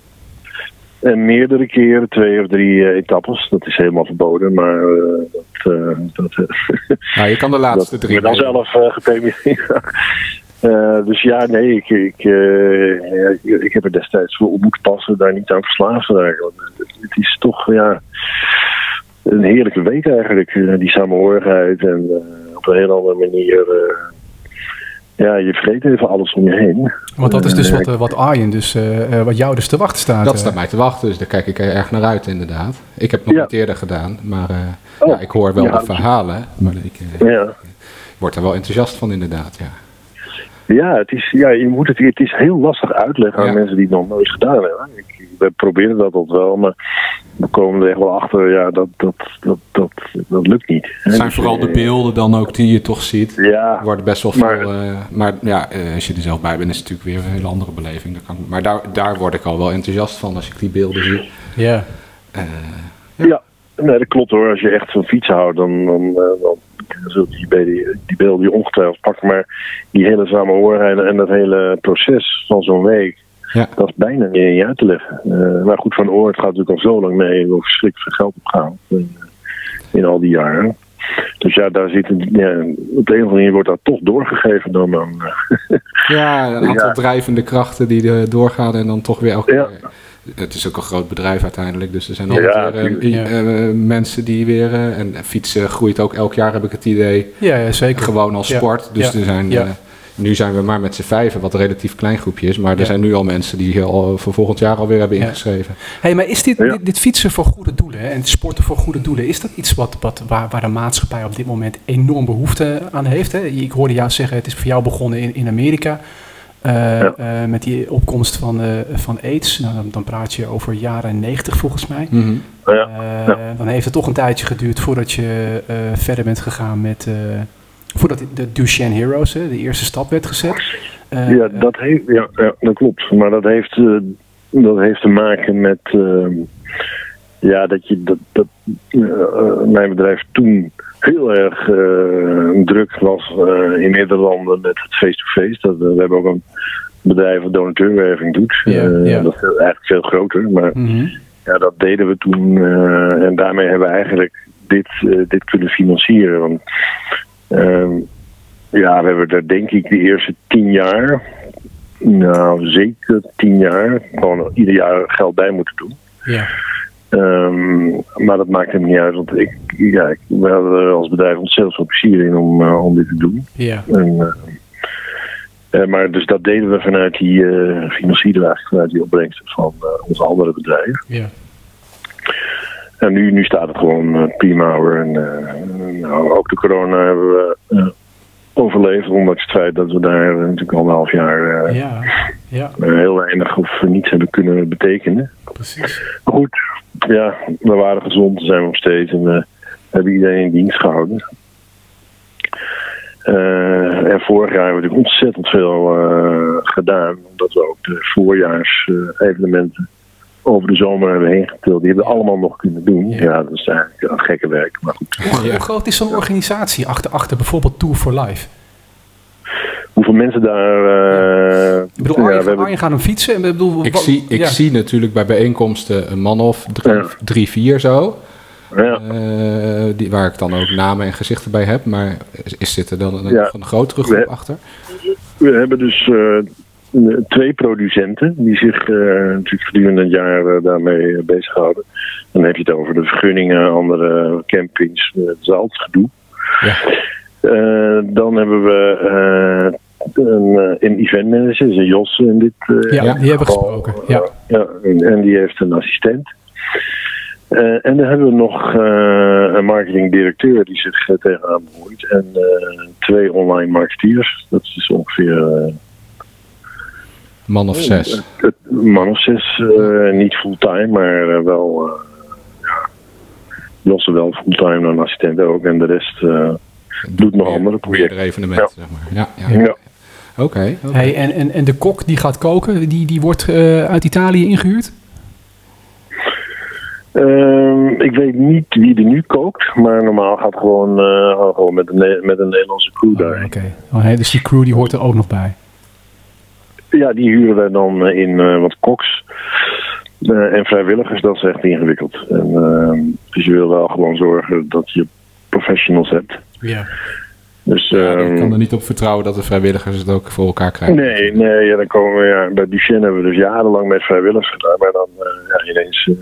Speaker 8: En meerdere keren, twee of drie eh, etappes. Dat is helemaal verboden, maar eh, dat, eh, dat,
Speaker 6: Nou, je kan de laatste
Speaker 8: dat
Speaker 6: drie
Speaker 8: ik ben dan
Speaker 6: nemen.
Speaker 8: zelf eh gepremieerd. Eh, dus ja, nee, ik, ik, eh, ja, ik, ik heb er destijds voor op moeten passen, daar niet aan verslaafd te raken. Want Het, het is toch ja, een heerlijke week eigenlijk, eh, die samenhorigheid. En eh, op een heel andere manier, eh, ja, je vergeet even alles om je heen.
Speaker 2: Want dat is dus
Speaker 8: Eh,
Speaker 2: wat, eh, wat Arjen, dus, eh, eh, wat jou dus te wachten staat.
Speaker 6: Dat
Speaker 2: eh.
Speaker 6: staat mij te wachten, dus daar kijk ik erg naar uit inderdaad. Ik heb het nog
Speaker 8: Ja.
Speaker 6: niet eerder gedaan, maar eh,
Speaker 8: Oh,
Speaker 6: ja, ik hoor wel
Speaker 8: ja,
Speaker 6: de
Speaker 8: dat is-
Speaker 6: verhalen. Maar ik eh,
Speaker 8: Ja,
Speaker 6: word er wel enthousiast van inderdaad, ja.
Speaker 8: ja, het is, ja je moet het, het is heel lastig uitleggen aan
Speaker 6: Ja.
Speaker 8: mensen die het nog nooit gedaan hebben. Ik, we proberen dat altijd wel, maar we komen er echt wel achter, ja, dat, dat, dat, dat, dat lukt niet.
Speaker 6: Het zijn
Speaker 8: Dus,
Speaker 6: vooral de
Speaker 8: eh,
Speaker 6: beelden dan ook die je toch ziet.
Speaker 8: Ja,
Speaker 6: Er worden best wel veel...
Speaker 8: Maar-
Speaker 6: Maar, maar ja, eh, als je er zelf bij bent is het natuurlijk weer een hele andere beleving. Dat kan, maar daar, daar word ik al wel enthousiast van als ik die beelden zie.
Speaker 2: Ja.
Speaker 8: ja. Nee, dat klopt hoor. Als je echt van fietsen houdt, dan, dan, eh, dan zult je bij die, die beelden je ongetwijfeld pakken. Maar die hele samenhorigheid en dat hele proces van zo'n week,
Speaker 6: Ja.
Speaker 8: dat is bijna niet in je uit te leggen. Eh, maar goed, Van Oort gaat natuurlijk al zo lang mee, wil verschrikkelijk veel geld opgaan in, eh, in al die jaren. Dus ja, daar zit een- ja, op de een of andere manier wordt dat toch doorgegeven eh, dan aan,
Speaker 6: Ja, een aantal
Speaker 8: Ja.
Speaker 6: drijvende krachten die eh, doorgaan en dan toch weer elke
Speaker 8: Ja.
Speaker 6: keer. Het is ook een groot bedrijf uiteindelijk, dus er zijn altijd
Speaker 8: Ja,
Speaker 6: weer, eh, eh, eh, mensen die weer... eh, en fietsen groeit ook elk jaar, heb ik het idee.
Speaker 2: Ja, ja, zeker.
Speaker 6: Gewoon als
Speaker 2: Ja.
Speaker 6: sport. Dus
Speaker 2: Ja.
Speaker 6: er zijn...
Speaker 2: Ja.
Speaker 6: eh, nu zijn we maar met z'n vijven, wat een relatief klein groepje is. Maar er
Speaker 2: Ja.
Speaker 6: zijn nu al mensen die al eh, voor volgend jaar alweer hebben
Speaker 2: Ja.
Speaker 6: ingeschreven.
Speaker 2: Hey, maar is dit,
Speaker 8: Ja.
Speaker 2: dit, dit fietsen voor goede doelen hè, en het sporten voor goede doelen, is dat iets wat, wat, waar, waar de maatschappij op dit moment enorm behoefte aan heeft? Hè? Ik hoorde jou zeggen, het is voor jou begonnen in, in Amerika. eh,
Speaker 8: Ja.
Speaker 2: eh, met die opkomst van, eh, van AIDS. Nou, dan, dan praat je over jaren 90 volgens mij.
Speaker 8: Ja.
Speaker 2: Eh, Dan heeft het toch een tijdje geduurd voordat je eh, verder bent gegaan met... eh, voordat de Duchenne Heroes, hè, de eerste stap werd gezet. Eh,
Speaker 8: Ja, dat, heeft, ja, ja, dat klopt. Maar dat heeft, eh, dat heeft te maken met eh, ja, dat, je, dat, dat eh, eh, mijn bedrijf toen heel erg eh, druk was eh, in Nederland met het face-to-face. Dat, eh, we hebben ook een bedrijf dat donateurwerving doet.
Speaker 2: Ja,
Speaker 8: Eh,
Speaker 2: ja. Mhm.
Speaker 8: Dat is eigenlijk veel groter, maar ja, dat deden we toen. eh, en daarmee hebben we eigenlijk dit, eh, dit kunnen financieren. Want ehm, ja, we hebben daar denk ik de eerste tien jaar, nou zeker tien jaar, gewoon ieder jaar geld bij moeten doen.
Speaker 2: Ja.
Speaker 8: Ehm, maar dat maakt hem niet uit, want ik, ja, ik- we hadden er als bedrijf ontzettend veel plezier in om, eh, om dit te doen.
Speaker 2: Ja.
Speaker 8: En, eh, eh, maar dus dat deden we vanuit die eh financieren eigenlijk, vanuit die opbrengsten van eh, onze andere bedrijven.
Speaker 2: Ja.
Speaker 8: En nu, nu staat het gewoon eh, prima hoor. En, eh, nou, ook de corona hebben we eh, overleefd, ondanks het feit dat we daar eh, natuurlijk al een half jaar eh,
Speaker 2: Ja. Ja,
Speaker 8: eh, heel weinig of niets hebben kunnen betekenen.
Speaker 2: precies.
Speaker 8: Maar goed, ja, we waren gezond, zijn we nog steeds en eh, hebben iedereen in dienst gehouden. Eh, en vorig jaar hebben we natuurlijk ontzettend veel eh, gedaan, omdat we ook de voorjaarsevenementen over de zomer hebben heen getild. Die hebben we allemaal nog kunnen doen. Ja, dat is eigenlijk een gekke werk, maar goed.
Speaker 2: Hoe, hoe groot is zo'n organisatie achter, achter bijvoorbeeld Tour for Life?
Speaker 8: Hoeveel mensen daar. eh,
Speaker 2: Ik bedoel,
Speaker 8: ja,
Speaker 2: Arjen,
Speaker 8: we hebben-
Speaker 2: Arjen gaat hem fietsen. en Ik, bedoel,
Speaker 6: Ik,
Speaker 2: wat-
Speaker 6: zie, ik
Speaker 2: ja.
Speaker 6: zie natuurlijk bij bijeenkomsten een man of drie,
Speaker 8: Ja.
Speaker 6: drie vier zo.
Speaker 8: ja.
Speaker 6: eh, die, waar ik dan ook namen en gezichten bij heb. Maar is, is zit er dan een,
Speaker 8: Ja.
Speaker 6: een grotere groep
Speaker 8: We-
Speaker 6: achter?
Speaker 8: We hebben dus eh, twee producenten die zich eh, natuurlijk gedurende het jaar eh, daarmee eh, bezighouden. Dan heb je het over de vergunningen, andere campings, eh, het is altijd gedoe.
Speaker 6: Ja.
Speaker 8: Eh, dan hebben we eh, een, eh, een event manager, is een Jos in dit eh,
Speaker 2: Ja,
Speaker 6: Ja.
Speaker 2: die hebben we
Speaker 8: geval.
Speaker 2: gesproken. Ja.
Speaker 8: Ja, en, en die heeft een assistent. Eh, en dan hebben we nog eh, een marketingdirecteur die zich eh, tegenaan bemoeit. En eh, twee online marketeers. Dat is dus ongeveer eh,
Speaker 6: Man of zes.
Speaker 8: een man of zes. eh, niet fulltime, maar eh, wel. eh ja, Lossen wel fulltime dan assistent ook. En de rest eh, doet nog
Speaker 6: Meer-
Speaker 8: andere
Speaker 6: Meerdere
Speaker 8: projecten.
Speaker 6: evenementen, zeg maar. Ja, ja.
Speaker 8: Ja.
Speaker 6: Oké. oké.
Speaker 2: Hey, en, en, en de kok die gaat koken, die, die wordt eh, uit Italië ingehuurd?
Speaker 8: Ehm, ik weet niet wie er nu kookt, maar normaal gaat gewoon, eh, gaat gewoon met, een, Ne- met een Nederlandse crew
Speaker 2: Oh, Oké.
Speaker 8: daarheen.
Speaker 2: Oh, hey, dus die crew die hoort er ook nog bij.
Speaker 8: Ja, die huren wij dan eh, in eh, wat koks. Eh, en vrijwilligers, dat is echt ingewikkeld. En, ehm, dus je wil wel gewoon zorgen dat je professionals hebt.
Speaker 2: Ja.
Speaker 8: Dus,
Speaker 6: Ja, ik
Speaker 8: ehm,
Speaker 6: kan er niet op vertrouwen dat de vrijwilligers het ook voor elkaar krijgen.
Speaker 8: nee, nee ja, dan komen we, ja, bij Duchenne hebben we dus jarenlang met vrijwilligers gedaan. Maar dan eh, ja, ineens eh,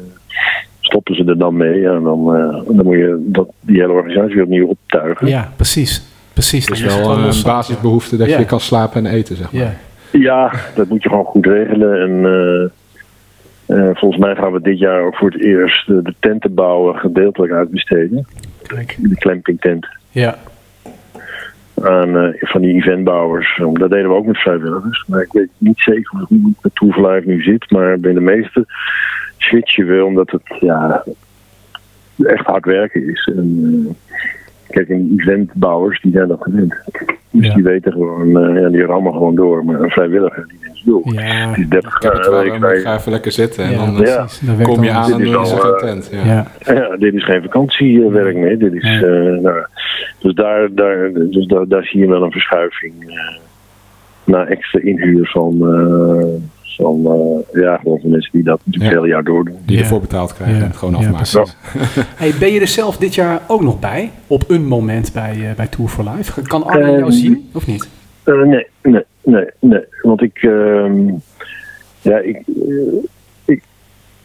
Speaker 8: stoppen ze er dan mee. Ja, en dan, eh, dan moet je dat, die hele organisatie weer opnieuw optuigen.
Speaker 2: Ja, precies. Precies.
Speaker 6: Het is
Speaker 2: Dan het
Speaker 6: wel eh,
Speaker 2: gewoon
Speaker 6: een
Speaker 2: los.
Speaker 6: basisbehoefte dat
Speaker 2: Ja.
Speaker 6: je kan slapen en eten, zeg maar.
Speaker 2: Ja.
Speaker 8: Ja, dat moet je gewoon goed regelen. En eh, eh, volgens mij gaan we dit jaar ook voor het eerst eh, de tenten bouwen gedeeltelijk uitbesteden.
Speaker 2: Kijk.
Speaker 8: De clampingtent
Speaker 2: Ja.
Speaker 8: aan eh, van die eventbouwers. Um, dat deden we ook met vrijwilligers. Maar ik weet niet zeker hoe het met toeverluik nu zit. Maar bij de meeste switch je wel omdat het ja, echt hard werken is. En, eh, kijk, en die eventbouwers die zijn dat gewend. Dus
Speaker 2: Ja.
Speaker 8: die weten gewoon, eh, ja, die rammen gewoon door. Maar een vrijwilliger die denkt, joh,
Speaker 2: Ja.
Speaker 8: het is 30
Speaker 6: Ik heb het
Speaker 8: graden,
Speaker 6: wel,
Speaker 8: ik
Speaker 6: maar ik
Speaker 8: ga-
Speaker 6: ga even lekker zitten. En
Speaker 2: Ja,
Speaker 6: dan eh,
Speaker 8: ja.
Speaker 2: precies. Dat werkt
Speaker 6: kom je
Speaker 2: allemaal.
Speaker 6: aan en
Speaker 8: Dit is
Speaker 6: dan is er
Speaker 8: al,
Speaker 6: geen
Speaker 8: eh,
Speaker 6: tent. Ja.
Speaker 2: Ja.
Speaker 8: Ja, dit is geen vakantiewerk meer. Dit is,
Speaker 2: Ja.
Speaker 8: eh, nou, dus daar, daar, dus daar, daar zie je wel een verschuiving eh, naar extra inhuur van, eh, van eh, ja, gewoon van mensen die dat natuurlijk het
Speaker 6: Ja.
Speaker 8: hele jaar doordoen.
Speaker 6: Die
Speaker 2: Ja.
Speaker 6: ervoor betaald krijgen
Speaker 2: Ja.
Speaker 6: en het gewoon
Speaker 2: Ja,
Speaker 6: afmaken.
Speaker 2: precies. Hey, ben je er zelf dit jaar ook nog bij? Op een moment bij, eh, bij Tour for Life? Kan Arjen
Speaker 8: Eh,
Speaker 2: jou zien of niet?
Speaker 8: Eh, nee, nee, nee, nee. Want ik, ehm, ja, ik, eh, ik,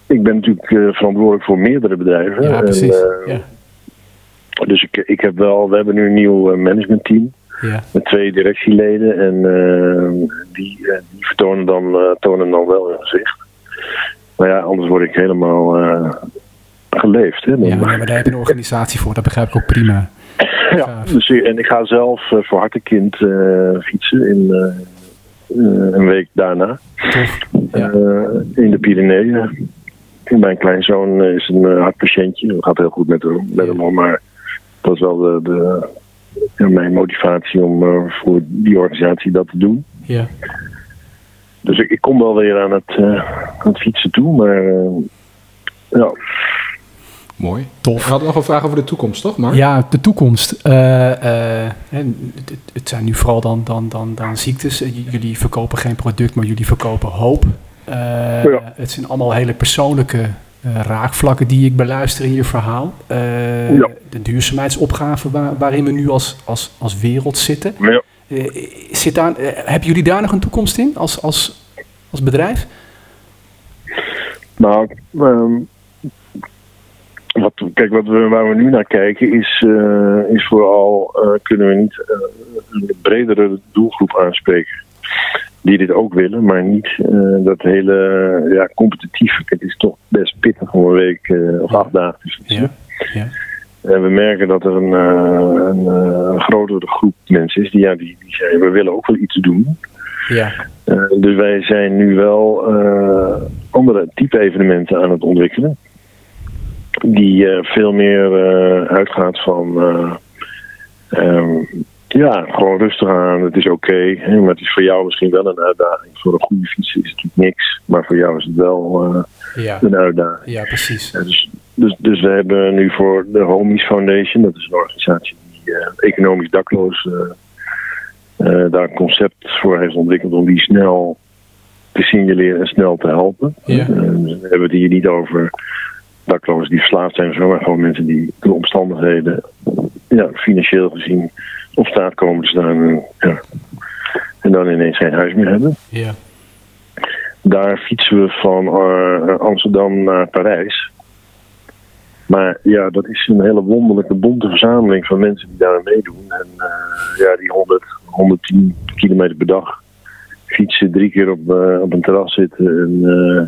Speaker 8: ik ben natuurlijk eh, verantwoordelijk voor meerdere bedrijven.
Speaker 2: Ja,
Speaker 8: En,
Speaker 2: precies.
Speaker 8: eh,
Speaker 2: Ja.
Speaker 8: Dus ik, ik heb wel, we hebben nu een nieuw eh, managementteam.
Speaker 2: Ja.
Speaker 8: met twee directieleden en eh, die, eh, die vertonen dan, eh, tonen dan wel hun gezicht. Maar ja, anders word ik helemaal eh, geleefd. Hè? Dan-
Speaker 2: Ja, maar daar heb je een organisatie voor, dat begrijp ik ook prima.
Speaker 8: ja, dus, eh, en ik ga zelf eh, voor Hartekind eh, fietsen in, eh, eh, een week daarna
Speaker 2: Tof. Ja.
Speaker 8: eh, in de Pyreneeën. Mijn kleinzoon eh, is een eh, hartpatiëntje, dat gaat heel goed met hem, met hem om, maar dat is wel de, de, ja, mijn motivatie om eh, voor die organisatie dat te doen.
Speaker 2: Ja.
Speaker 8: Dus ik, ik kom wel weer aan het, eh, aan het fietsen toe, maar eh, ja,
Speaker 6: Mooi.
Speaker 2: Tof.
Speaker 6: We hadden nog een vraag over de toekomst, toch, Mark?
Speaker 2: Ja, de toekomst. Eh, eh, en het, het zijn nu vooral dan, dan, dan, dan ziektes. Eh, j- Jullie verkopen geen product, maar jullie verkopen hoop. Eh,
Speaker 8: Ja.
Speaker 2: Het zijn allemaal hele persoonlijke eh, raakvlakken die ik beluister in je verhaal. Eh,
Speaker 8: Ja.
Speaker 2: De duurzaamheidsopgave waar- waarin we nu als, als, als wereld zitten.
Speaker 8: Maar ja,
Speaker 2: Eh, zit daar, eh, hebben jullie daar nog een toekomst in als, als, als bedrijf?
Speaker 8: Nou, ehm, wat, kijk, wat we, waar we nu naar kijken is, eh, is vooral eh, kunnen we niet eh, een bredere doelgroep aanspreken. Die dit ook willen, maar niet eh, dat hele ja, competitieve. Het is toch best pittig om een week eh, of acht dagen te fietsen.
Speaker 2: ja.
Speaker 8: En we merken dat er een, eh, een eh, grotere groep mensen is die, ja, die, die zeggen: we willen ook wel iets doen.
Speaker 2: Ja,
Speaker 8: Eh, dus wij zijn nu wel eh, andere type evenementen aan het ontwikkelen. Die eh, veel meer eh, uitgaat van. eh, ehm, ja, gewoon rustig aan. Het is oké. hè, maar het is voor jou misschien wel een uitdaging. Voor een goede fietser is het natuurlijk niks. Maar voor jou is het wel eh,
Speaker 2: ja,
Speaker 8: een uitdaging.
Speaker 2: ja precies.
Speaker 8: Ja, dus, dus, dus we hebben nu voor de Homies Foundation, dat is een organisatie die eh, economisch dakloos eh, eh, daar een concept voor heeft ontwikkeld om die snel te signaleren en snel te helpen.
Speaker 2: Ja.
Speaker 8: Eh, dus we hebben het hier niet over daklozen die verslaafd zijn, of zo, maar gewoon mensen die door omstandigheden ja, financieel gezien op staat komen te staan en, ja, en dan ineens geen huis meer hebben.
Speaker 2: Ja,
Speaker 8: Daar fietsen we van eh, Amsterdam naar Parijs. Maar ja, dat is een hele wonderlijke bonte verzameling van mensen die daar aan meedoen. En eh, ja, die 100, 110 kilometer per dag fietsen, drie keer op, eh, op een terras zitten en eh,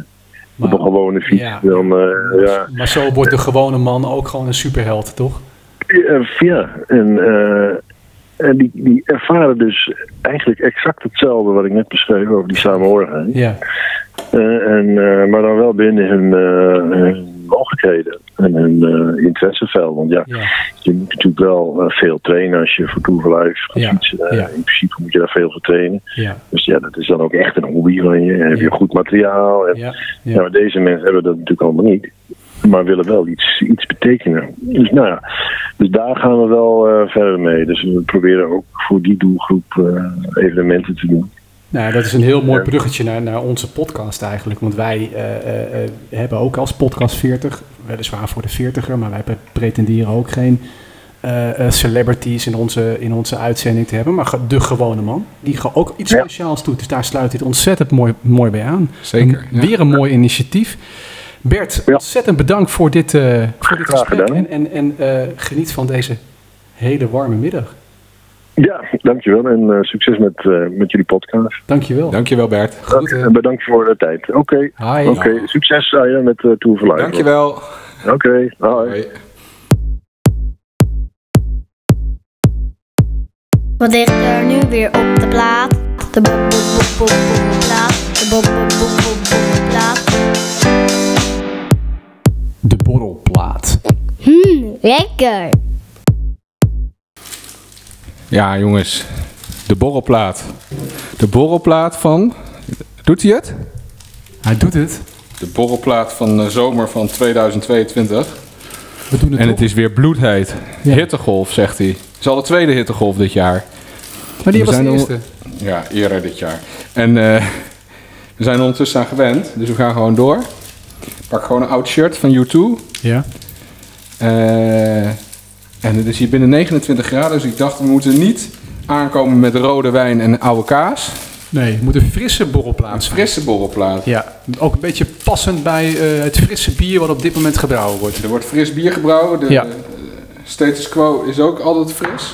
Speaker 8: op
Speaker 2: Wauw.
Speaker 8: een gewone fiets.
Speaker 2: Ja.
Speaker 8: Dan, eh, ja,
Speaker 2: Maar zo wordt de gewone man ook gewoon een superheld, toch?
Speaker 8: ja, ja, en, eh, en die, die ervaren dus eigenlijk exact hetzelfde wat ik net beschreef over die samenhorigheid.
Speaker 2: Ja,
Speaker 8: Eh, en, eh, maar dan wel binnen hun, eh, hun mogelijkheden en hun eh, interesseveld. Want ja,
Speaker 2: ja,
Speaker 8: je moet natuurlijk wel eh, veel trainen als je voor Tour of Life gaat
Speaker 2: Ja,
Speaker 8: fietsen. Eh,
Speaker 2: ja.
Speaker 8: In principe moet je daar veel voor trainen.
Speaker 2: ja,
Speaker 8: Dus ja, dat is dan ook echt een hobby van je. En heb je
Speaker 2: Ja.
Speaker 8: goed materiaal. En,
Speaker 2: ja,
Speaker 8: ja. maar deze mensen hebben dat natuurlijk allemaal niet. Maar willen wel iets, iets betekenen. Dus nou ja, dus daar gaan we wel eh, verder mee. Dus we proberen ook voor die doelgroep eh, evenementen te doen.
Speaker 2: Nou, dat is een heel mooi bruggetje naar, naar onze podcast eigenlijk. Want wij eh, eh, eh, hebben ook als podcast 40, weliswaar voor de 40er, maar wij pre- pretenderen ook geen eh, eh, celebrities in onze, in onze uitzending te hebben. Maar ge- de gewone man, die ge- ook iets
Speaker 8: Ja.
Speaker 2: speciaals doet. Dus daar sluit dit ontzettend mooi, mooi bij aan.
Speaker 6: Zeker,
Speaker 2: Een-
Speaker 6: ja.
Speaker 2: Weer een mooi initiatief. Bert,
Speaker 8: Ja.
Speaker 2: ontzettend bedankt voor dit, eh, voor dit
Speaker 8: Graag
Speaker 2: gesprek.
Speaker 8: gedaan.
Speaker 2: En, en, en eh, geniet van deze hele warme middag.
Speaker 8: Ja, dankjewel en eh, succes met, eh, met jullie podcast.
Speaker 2: Dankjewel.
Speaker 6: Dankjewel, Bert.
Speaker 2: Groeten.
Speaker 8: En bedankt voor de tijd. Oké.
Speaker 2: Hi.
Speaker 8: Oké, succes Arjen met eh Tour for Life.
Speaker 6: Dankjewel.
Speaker 8: Oké, hoi.
Speaker 6: Hoi.
Speaker 7: Wat ligt er nu weer op de plaat? De bob bob bob bob bob plaat. De bob bob bob bob bob plaat.
Speaker 2: De borrelplaat.
Speaker 7: Hmm, Lekker.
Speaker 6: Ja, jongens. De borrelplaat. De borrelplaat van... Doet hij het?
Speaker 2: Hij doet het.
Speaker 6: De borrelplaat van de zomer van 2022.
Speaker 2: We doen het
Speaker 6: En
Speaker 2: toch?
Speaker 6: het is weer bloedheet.
Speaker 2: Ja.
Speaker 6: Hittegolf, zegt hij. Het is al de tweede hittegolf dit jaar.
Speaker 2: Wanneer
Speaker 6: We
Speaker 2: was de
Speaker 6: zijn al-
Speaker 2: eerste?
Speaker 6: Ja, eerder dit jaar. En eh, we zijn er ondertussen aan gewend, dus we gaan gewoon door. Ik Pak gewoon een oud shirt van U2.
Speaker 2: Ja.
Speaker 6: Eh, en het is hier binnen 29 graden, dus ik dacht we moeten niet aankomen met rode wijn en oude kaas.
Speaker 2: Nee, het moet een frisse
Speaker 6: Een
Speaker 2: borrelplaat zijn.
Speaker 6: frisse borrelplaat.
Speaker 2: Ja, ook een beetje passend bij eh, het frisse bier wat op dit moment gebrouwen wordt.
Speaker 6: Er wordt fris bier gebrouwen. De
Speaker 2: Ja.
Speaker 6: eh, status quo is ook altijd fris.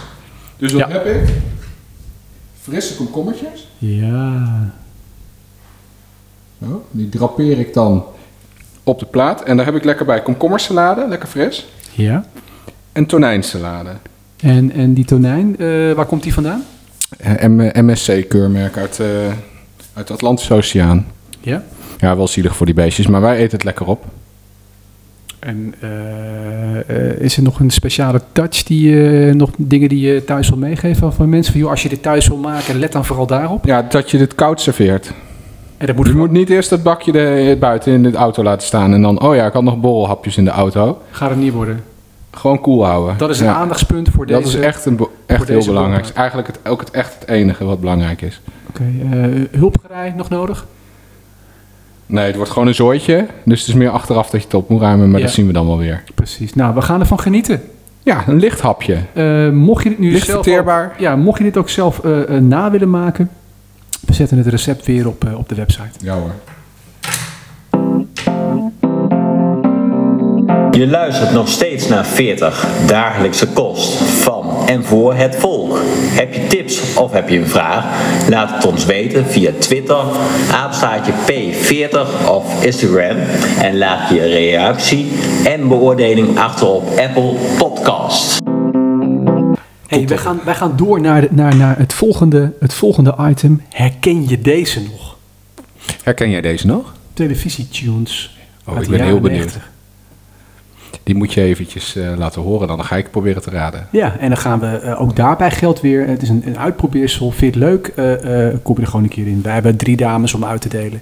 Speaker 6: Dus wat
Speaker 2: Ja.
Speaker 6: heb ik? Frisse komkommertjes.
Speaker 2: Ja.
Speaker 6: Zo, Nou, die drapeer ik dan op de plaat. En daar heb ik lekker bij komkommersalade, lekker fris.
Speaker 2: Ja.
Speaker 6: En tonijnsalade.
Speaker 2: En, en die tonijn, eh, waar komt die vandaan?
Speaker 6: Eh, M- MSC-keurmerk uit, eh, uit de Atlantische Oceaan.
Speaker 2: Ja.
Speaker 6: Ja, wel zielig voor die beestjes, maar wij eten het lekker op.
Speaker 2: En eh, eh, is er nog een speciale touch, die, eh, nog dingen die je thuis wil meegeven van mensen? Van, joh, als je dit thuis wil maken, let dan vooral daarop.
Speaker 6: Ja, dat je dit koud serveert.
Speaker 2: En dat moet
Speaker 6: Je moet niet eerst dat bakje de, eh, buiten in de auto laten staan en dan, oh ja, ik had nog borrelhapjes in de auto.
Speaker 2: gaat het niet worden.
Speaker 6: Gewoon koel houden.
Speaker 2: Dat is een
Speaker 6: Ja.
Speaker 2: aandachtspunt voor deze.
Speaker 6: Dat is echt, een, be- echt heel
Speaker 2: deze
Speaker 6: belangrijk.
Speaker 2: podcast.
Speaker 6: Eigenlijk het, ook het, echt het enige wat belangrijk is.
Speaker 2: Oké, eh, hulpgerij nog nodig?
Speaker 6: Nee, het wordt gewoon een zooitje. Dus het is meer achteraf dat je het op moet ruimen, maar
Speaker 2: Ja.
Speaker 6: dat zien we dan wel weer.
Speaker 2: Precies. Nou, we gaan ervan genieten.
Speaker 6: Ja, een licht hapje.
Speaker 2: Eh, mocht je dit nu
Speaker 6: Licht
Speaker 2: zelf
Speaker 6: verteerbaar.
Speaker 2: ook- ja, mocht je dit ook zelf eh, eh, na willen maken, we zetten het recept weer op, eh, op de website.
Speaker 6: Ja hoor.
Speaker 1: Je luistert nog steeds naar 40 dagelijkse kost van en voor het volk. Heb je tips of heb je een vraag? Laat het ons weten via Twitter, apenstaartje P40 of Instagram. En laat je reactie en beoordeling achter op Apple Podcast.
Speaker 2: Hey, wij, gaan, wij gaan door naar, de- naar, naar het, volgende, het volgende item. Herken je deze nog?
Speaker 6: Herken jij deze nog?
Speaker 2: Televisietunes.
Speaker 6: Oh,
Speaker 2: uit
Speaker 6: ik
Speaker 2: de
Speaker 6: ben heel
Speaker 2: jaren
Speaker 6: benieuwd.
Speaker 2: 90.
Speaker 6: Die moet je eventjes eh, laten horen, dan ga ik proberen te raden.
Speaker 2: Ja, en dan gaan we eh, ook daarbij geldt weer. Het is een, een uitprobeersel. Vind je het leuk? Eh, eh, kom je er gewoon een keer in. Wij hebben drie dames om uit te delen.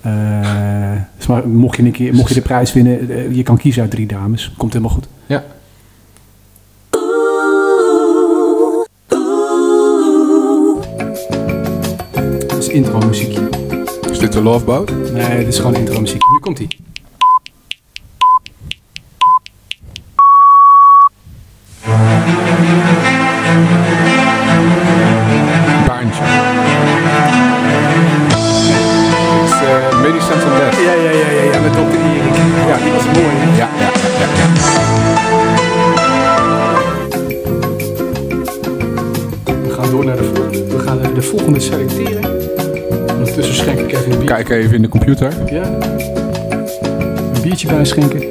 Speaker 2: Eh, dus maar mocht je, een keer, mocht je de prijs winnen, eh, je kan kiezen uit drie dames. Komt helemaal goed.
Speaker 6: Ja.
Speaker 2: Dat is intro muziekje.
Speaker 6: Is dit de Love Boat?
Speaker 2: Nee, dit is gewoon intro muziek. Nu komt ie.
Speaker 6: Baantje. Het is eh, Medisch Centrum West.
Speaker 2: Ja, ja, ja, ja, ja met dokter Erik. Ja, die was mooi. hè?
Speaker 6: Ja, ja, ja, ja.
Speaker 2: We gaan door naar de volgende. We gaan eh, de volgende selecteren. Ondertussen schenk ik even een biertje.
Speaker 6: Kijk even in de computer.
Speaker 2: Ja. Een biertje bij schenken.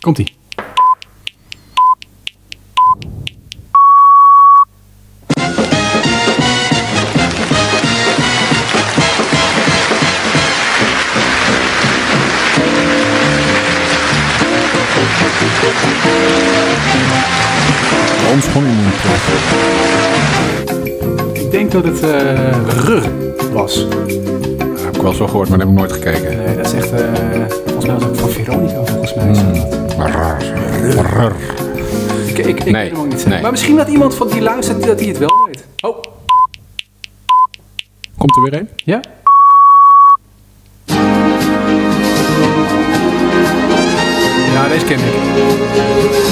Speaker 2: Komt ie.
Speaker 6: Ons gewoon in de computer.
Speaker 2: Ik denk dat het eh rug was.
Speaker 6: Dat heb ik wel zo gehoord, maar dat heb ik nooit gekeken.
Speaker 2: Nee, dat is echt. eh, volgens mij was het van Veronica, volgens mij. is dat.
Speaker 6: Hmm. Maar raar. Raar.
Speaker 2: Ik, ik, ik
Speaker 6: Nee,
Speaker 2: kan hem ook niet zeggen.
Speaker 6: nee.
Speaker 2: Maar misschien dat iemand van die luistert dat hij het wel weet. Oh.
Speaker 6: Komt er weer een?
Speaker 2: Ja? Ja, deze ken ik.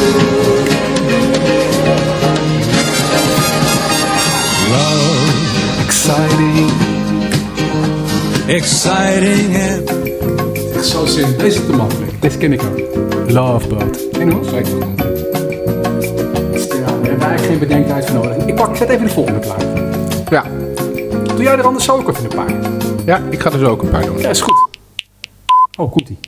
Speaker 10: Exciting. Exciting and
Speaker 2: Zo zin. Deze is te makkelijk. Deze ken ik ook. Love Boat. Ken je nog?
Speaker 6: Zeker.
Speaker 2: Ja, daar hebben we eigenlijk geen bedenktijd voor nodig. Ik pak, ik zet even de volgende plaat.
Speaker 6: Ja.
Speaker 2: Doe jij er anders zo ook even een paar?
Speaker 6: ja, ik ga er zo ook een paar doen.
Speaker 2: Ja, is goed. Oh, komt ie.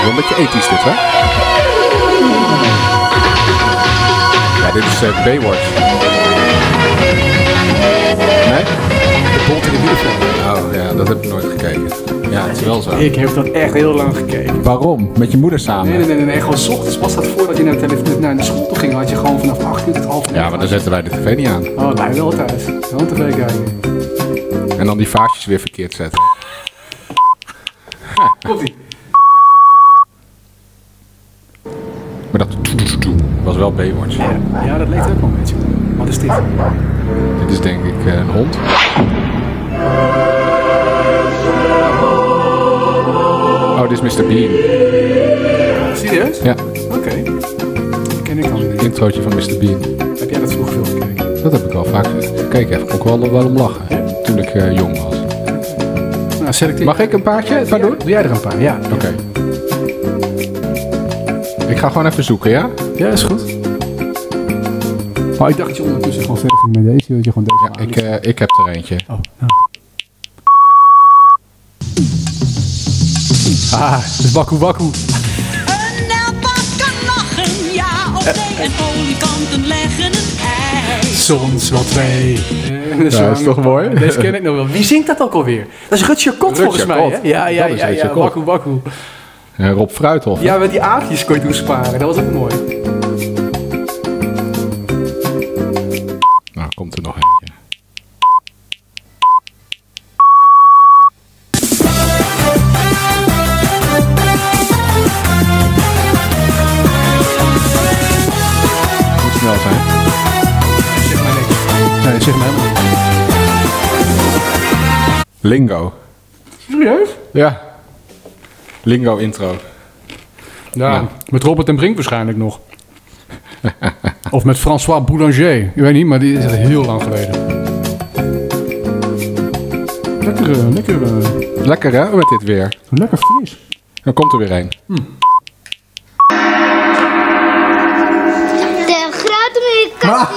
Speaker 6: Wel een beetje ethisch dit, hè? Ja, dit is eh, Baywatch. Nee? De Bolt in de Beautiful. Oh ja, dat heb ik nooit gekeken. Ja, het is wel zo.
Speaker 2: Ik heb dat echt heel lang gekeken.
Speaker 6: Waarom? Met je moeder samen?
Speaker 2: Nee, nee, nee, nee, nee. Gewoon 's ochtends was dat voordat je naar de, tele- naar de school toe ging. Had je gewoon vanaf 8 uur tot half
Speaker 6: Ja, maar dan zetten wij de tv niet aan.
Speaker 2: Oh, wij wel thuis. Gewoon tv kijken.
Speaker 6: En dan die vaasjes weer verkeerd zetten.
Speaker 2: Komt ie.
Speaker 6: Maar dat was wel Baywatch.
Speaker 2: Ja, dat leek ook wel een beetje. Wat is dit?
Speaker 6: Dit is denk ik eh, een hond. Oh, dit is Mr. Bean.
Speaker 2: Serieus?
Speaker 6: Ja,
Speaker 2: Oké. Ken ik dan weer niet.
Speaker 6: introotje van Mr. Bean.
Speaker 2: Heb jij dat vroeger veel gekeken?
Speaker 6: Dat heb ik al vaak gekeken. Daar kon ik wel, wel om lachen. Toen ik eh, jong was.
Speaker 2: Nou, selecteer.
Speaker 6: Mag ik een paardje? Een paar doen?
Speaker 2: Doe jij er een paar? Ja.
Speaker 6: Oké. Ik ga gewoon even zoeken, ja?
Speaker 2: Ja, is goed. Maar ik dacht dat je ondertussen gewoon verder ging met deze. Dat je gewoon deze
Speaker 6: Ja, ik, eh, ik heb er eentje.
Speaker 2: Oh, nou. Ah, het is Baku Baku.
Speaker 11: Een nelpaard kan lachen, ja of nee. En olifanten leggen een ei.
Speaker 2: Soms wel twee.
Speaker 6: Ja, is toch mooi?
Speaker 2: Deze ken ik nog wel. Wie zingt dat ook alweer? Dat is Rutger Kot volgens mij.
Speaker 6: Kot.
Speaker 2: Hè? Ja, ja,
Speaker 6: Dat is
Speaker 2: ja, ja,
Speaker 6: Rutger Kot.
Speaker 2: Baku Baku.
Speaker 6: Eh, Rob Fruithof.
Speaker 2: Ja, met die aapjes kon je toen sparen. Dat was ook mooi.
Speaker 6: Nou, komt er nog eentje. Moet snel zijn.
Speaker 2: Zeg maar niks. Nee, zeg maar helemaal niks.
Speaker 6: Lingo.
Speaker 2: Serieus?
Speaker 6: Ja. Lingo intro.
Speaker 2: Ja,
Speaker 6: Ja.
Speaker 2: met Robert en Brink waarschijnlijk nog. of met François Boulanger. Ik weet niet, maar die is heel lang geleden. Lekker, eh, lekker, eh,
Speaker 6: Lekker hè, met dit weer.
Speaker 2: lekker fris.
Speaker 6: Dan komt er weer een.
Speaker 12: De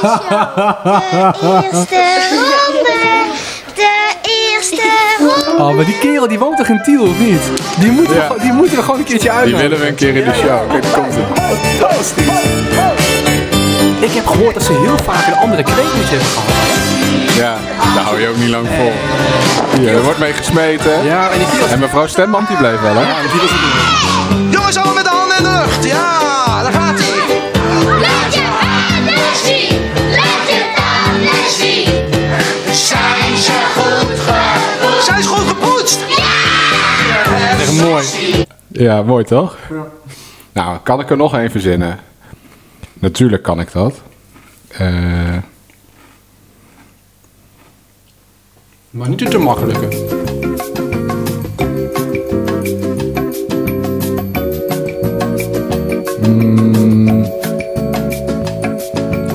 Speaker 12: grote Amerikaanse show. De eerste ronde. De eerste ronde.
Speaker 2: Oh, maar die kerel die woont toch in Tiel, of niet? Die moeten,
Speaker 6: Ja.
Speaker 2: we, die moeten we gewoon een keertje
Speaker 6: Die
Speaker 2: uitnodigen.
Speaker 6: willen we een keer in de show. Kijk, komt er.
Speaker 2: Ik heb gehoord dat ze heel vaak een andere kwekertje hebben gehad.
Speaker 6: Ja, daar hou je ook niet lang vol. Hier, er wordt mee gesmeten.
Speaker 2: Ja, en die kerel...
Speaker 6: En mevrouw Stemman die bleef wel hè.
Speaker 10: Jongens, allemaal met de handen in de lucht. Ja, daar gaat hij.
Speaker 12: Laat je handen zien. Laat je tanden zien. Zijn ze goed gevoed?
Speaker 10: Zijn ze goed gepoetst?
Speaker 2: Echt mooi.
Speaker 6: Ja, mooi toch? Nou, kan ik er nog één verzinnen? Natuurlijk kan ik dat. Eh,
Speaker 2: Maar niet te makkelijke. Hmm.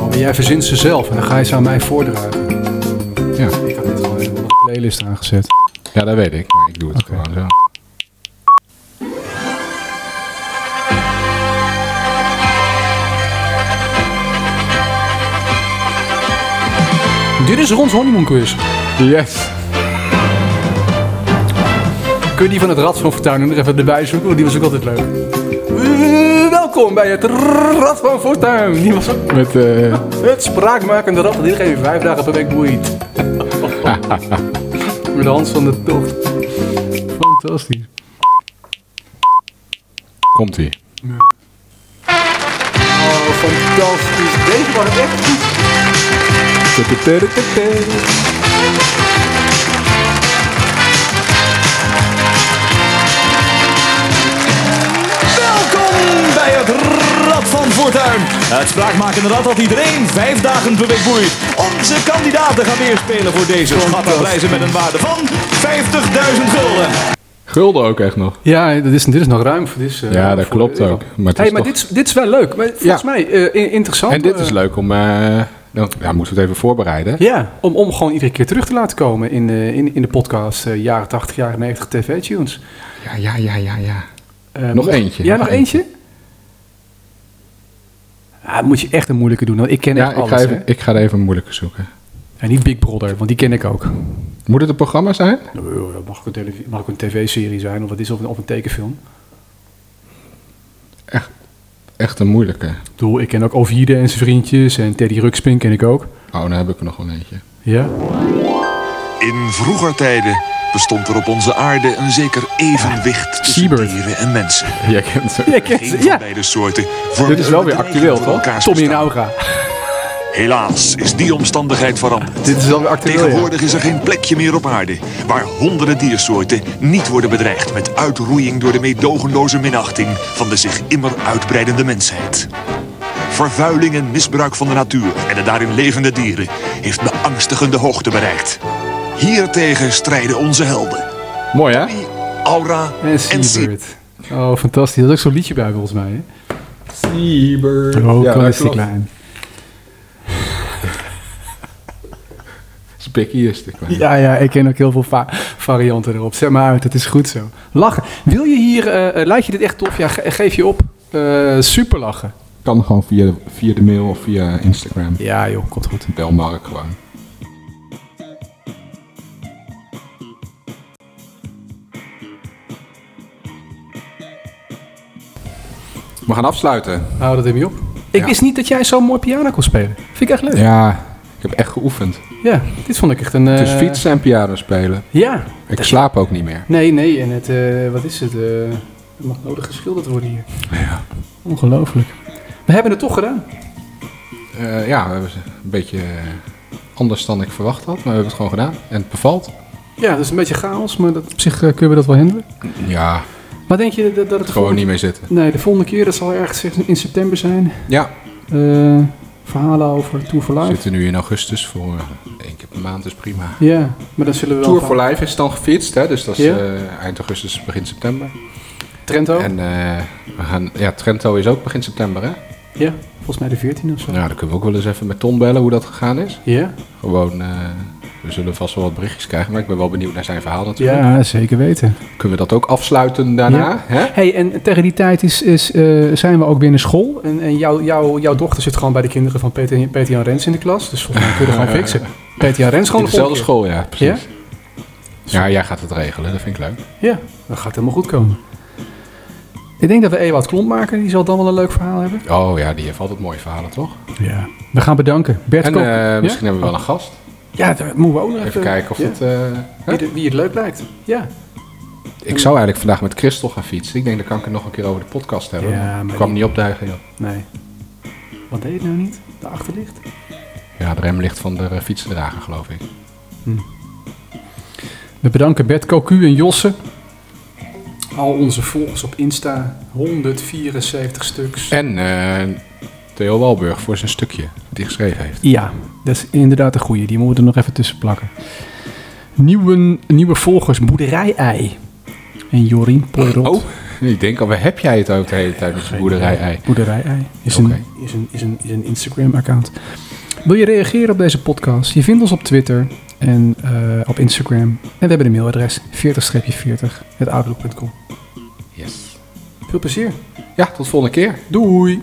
Speaker 2: Oh, maar jij verzint ze zelf en dan ga je ze aan mij voordragen.
Speaker 6: ja.
Speaker 2: Ik had dit gewoon in de playlist aangezet.
Speaker 6: ja, dat weet ik. Maar ik doe het gewoon zo.
Speaker 2: Dit is Rons Honeymoon Quiz.
Speaker 6: Yes!
Speaker 2: Kun je die van het Rad van Fortuin er even erbij zoeken? Want die was ook altijd leuk. Eh, welkom bij het Rad van Fortuin. Die was ook
Speaker 6: Met, eh,
Speaker 2: het spraakmakende rad dat iedereen vijf dagen per week boeit. Met de hand van de tocht. Fantastisch.
Speaker 6: komt ie.
Speaker 2: Oh, fantastisch. Deze was echt goed.
Speaker 13: Welkom bij het Rad van Fortuin. Het spraakmakende rad dat iedereen vijf dagen per week boeit. Onze kandidaten gaan weer spelen voor deze schattige prijzen met een waarde van 50.000 gulden.
Speaker 6: Gulden ook echt nog.
Speaker 2: Ja, dat is, dit is nog ruim. voor Dit is, eh,
Speaker 6: Ja, dat
Speaker 2: voor-
Speaker 6: klopt ook. Maar het
Speaker 2: hey,
Speaker 6: is
Speaker 2: maar
Speaker 6: toch-
Speaker 2: dit, is- dit is wel leuk. Maar volgens mij eh, in- interessant.
Speaker 6: En dit
Speaker 2: eh,
Speaker 6: is leuk om... eh nou, ja, moeten we het even voorbereiden.
Speaker 2: Ja, om, om gewoon iedere keer terug te laten komen in, eh, in, in de podcast eh, jaren 80, jaren 90 tv-tunes.
Speaker 6: Ja, ja, ja, ja, ja.
Speaker 2: Eh,
Speaker 6: Nog eentje,
Speaker 2: Ja,
Speaker 6: nog
Speaker 2: nog eentje? Ah, moet je echt een moeilijke doen, want ik ken
Speaker 6: Ja,
Speaker 2: echt
Speaker 6: ik
Speaker 2: alles.
Speaker 6: ga,
Speaker 2: hè.
Speaker 6: even, ik ga er even een moeilijke zoeken.
Speaker 2: En niet Big Brother, want die ken ik ook.
Speaker 6: Moet het een programma zijn?
Speaker 2: Nou, dat mag ook een, televi- mag ook een tv-serie zijn, of wat is of een, of een tekenfilm.
Speaker 6: Echt een moeilijke.
Speaker 2: Ik bedoel, ik ken ook Ovide en zijn vriendjes en Teddy Ruxpin ken ik ook.
Speaker 6: Oh, dan heb ik er nog wel eentje.
Speaker 2: Ja.
Speaker 13: In vroeger tijden bestond er op onze aarde een zeker evenwicht tussen
Speaker 2: Siebert.
Speaker 13: dieren en mensen.
Speaker 6: Jij kent ze.
Speaker 2: Jij kent ze,
Speaker 13: Geen van
Speaker 2: ja.
Speaker 13: beide soorten vormde
Speaker 6: Dit is wel
Speaker 13: een
Speaker 6: weer
Speaker 13: bedreiging
Speaker 6: actueel,
Speaker 13: voor
Speaker 6: toch? nou-
Speaker 13: elkaars
Speaker 2: Tommy en
Speaker 13: bestaan.
Speaker 2: Aura.
Speaker 13: Helaas is die omstandigheid veranderd.
Speaker 2: Dit is wel weer actueel, ja.
Speaker 13: Tegenwoordig is er geen plekje meer op aarde waar honderden diersoorten niet worden bedreigd met uitroeiing door de meedogenloze minachting van de zich immer uitbreidende mensheid. Vervuiling en misbruik van de natuur en de daarin levende dieren heeft beangstigende hoogte bereikt. Hiertegen strijden onze helden.
Speaker 6: Mooi, hè?
Speaker 13: Aura
Speaker 2: En
Speaker 13: en Siebert.
Speaker 2: Seabird. Oh, fantastisch. Dat is ook zo'n liedje bij volgens mij. Hè?
Speaker 6: Siebert.
Speaker 2: Oh,
Speaker 6: ja,
Speaker 2: ja,
Speaker 6: dat
Speaker 2: is die
Speaker 6: klopt.
Speaker 2: klein.
Speaker 6: Spikkie is te klein.
Speaker 2: Ja, ja, ik ken ook heel veel va- varianten erop. Zeg maar uit, het is goed zo. Lachen. Wil je hier, eh eh, lijkt je dit echt tof? Ja, ge- geef je op. Eh, super lachen.
Speaker 6: Kan gewoon via, via de mail of via Instagram.
Speaker 2: Ja joh, komt goed.
Speaker 6: Bel Mark gewoon. We gaan afsluiten.
Speaker 2: Hou dat in je op. Ik
Speaker 6: Ja.
Speaker 2: wist niet dat jij zo mooi piano kon spelen. Vind ik echt leuk. Ja,
Speaker 6: Ja, ik heb echt geoefend.
Speaker 2: dit vond ik echt een...
Speaker 6: Dus
Speaker 2: eh,
Speaker 6: fietsen en piano spelen.
Speaker 2: Ja.
Speaker 6: Ik slaap ook niet meer.
Speaker 2: Nee, nee. En het, eh, wat is het? eh, Het mag nodig geschilderd worden hier. Ongelooflijk. We hebben het toch gedaan.
Speaker 6: Eh, ja, we hebben ze een beetje eh, anders dan ik verwacht had, maar we hebben het gewoon gedaan. En het bevalt.
Speaker 2: Ja, dat is een beetje chaos, maar dat, op zich eh, kunnen we dat wel handelen.
Speaker 6: Ja,
Speaker 2: Maar denk je dat, dat het...
Speaker 6: gewoon
Speaker 2: volgende-
Speaker 6: niet meer zitten.
Speaker 2: Nee, de volgende keer, dat zal ergens in september zijn.
Speaker 6: Ja.
Speaker 2: Eh, verhalen over Tour for
Speaker 6: We
Speaker 2: Life.
Speaker 6: zitten nu in augustus voor eh, één keer per maand, is prima.
Speaker 2: Ja, maar dan zullen we wel...
Speaker 6: Tour for Life is dan gefietst, hè? dus dat is
Speaker 2: Ja.
Speaker 6: eh, eind augustus, begin september.
Speaker 2: Trento?
Speaker 6: En eh, we gaan, ja, Trento is ook begin september, hè?
Speaker 2: Ja, volgens mij de 14 of zo.
Speaker 6: Ja, dan kunnen we ook wel eens even met Ton bellen hoe dat gegaan is.
Speaker 2: Ja.
Speaker 6: Gewoon, eh, we zullen vast wel wat berichtjes krijgen, maar ik ben wel benieuwd naar zijn verhaal natuurlijk.
Speaker 2: Ja, zeker weten.
Speaker 6: Kunnen we dat ook afsluiten daarna?
Speaker 2: Ja.
Speaker 6: Hè?
Speaker 2: Hey, en tegen die tijd is, is, eh, zijn we ook binnen school. En, en jouw- jouw- jouw dochter zit gewoon bij de kinderen van Peter, Peter Jan Rens in de klas. Dus volgens mij kunnen we gewoon fixen. Peter Jan Rens gewoon
Speaker 6: In
Speaker 2: de volgende
Speaker 6: dezelfde
Speaker 2: keer.
Speaker 6: school, ja, precies. Ja? jij gaat het regelen, dat vind ik leuk.
Speaker 2: Ja, dat gaat helemaal goed komen. Ik denk dat we Ewout Klomp maken. Die zal dan wel een leuk verhaal hebben.
Speaker 6: Oh ja, die heeft altijd mooie verhalen, toch?
Speaker 2: Ja. We gaan bedanken. Bert
Speaker 6: en
Speaker 2: Kok-
Speaker 6: eh,
Speaker 2: Ja?
Speaker 6: misschien hebben we wel een gast.
Speaker 2: Ja, daar moeten we ook nog
Speaker 6: Even kijken of
Speaker 2: ja.
Speaker 6: het... eh,
Speaker 2: Wie, de- wie het leuk lijkt. Ja.
Speaker 6: ik zou eigenlijk vandaag met Christel gaan fietsen. Ik denk, dat kan ik het nog een keer over de podcast hebben.
Speaker 2: Ja, maar
Speaker 6: ik kwam
Speaker 2: die-
Speaker 6: niet opduigen, joh.
Speaker 2: Nee. Wat deed het nou niet? De achterlicht?
Speaker 6: Ja, de rem ligt van de eh, fietsendrager, geloof ik.
Speaker 2: We bedanken Bert Cocu en Josse. Al onze volgers op Insta. 174 stuks.
Speaker 6: En eh, Theo Walburg voor zijn stukje dat hij geschreven heeft.
Speaker 2: Ja, dat is inderdaad een goeie. Die moeten we er nog even tussen plakken. Nieuwe, nieuwe volgers, boerderij-ei. En Jorien Poirot.
Speaker 6: Oh, ik denk al, waar heb jij het ook de hele tijd met je boerderij-ei?
Speaker 2: Boerderij-ei is een,
Speaker 6: Oké.
Speaker 2: is een, is een, is een Instagram-account. Wil je reageren op deze podcast? Je vindt ons op Twitter en eh, op Instagram. En we hebben een mailadres 40-40, het outlook.com.
Speaker 6: Yes.
Speaker 2: Veel plezier.
Speaker 6: Ja, tot volgende keer.
Speaker 2: Doei!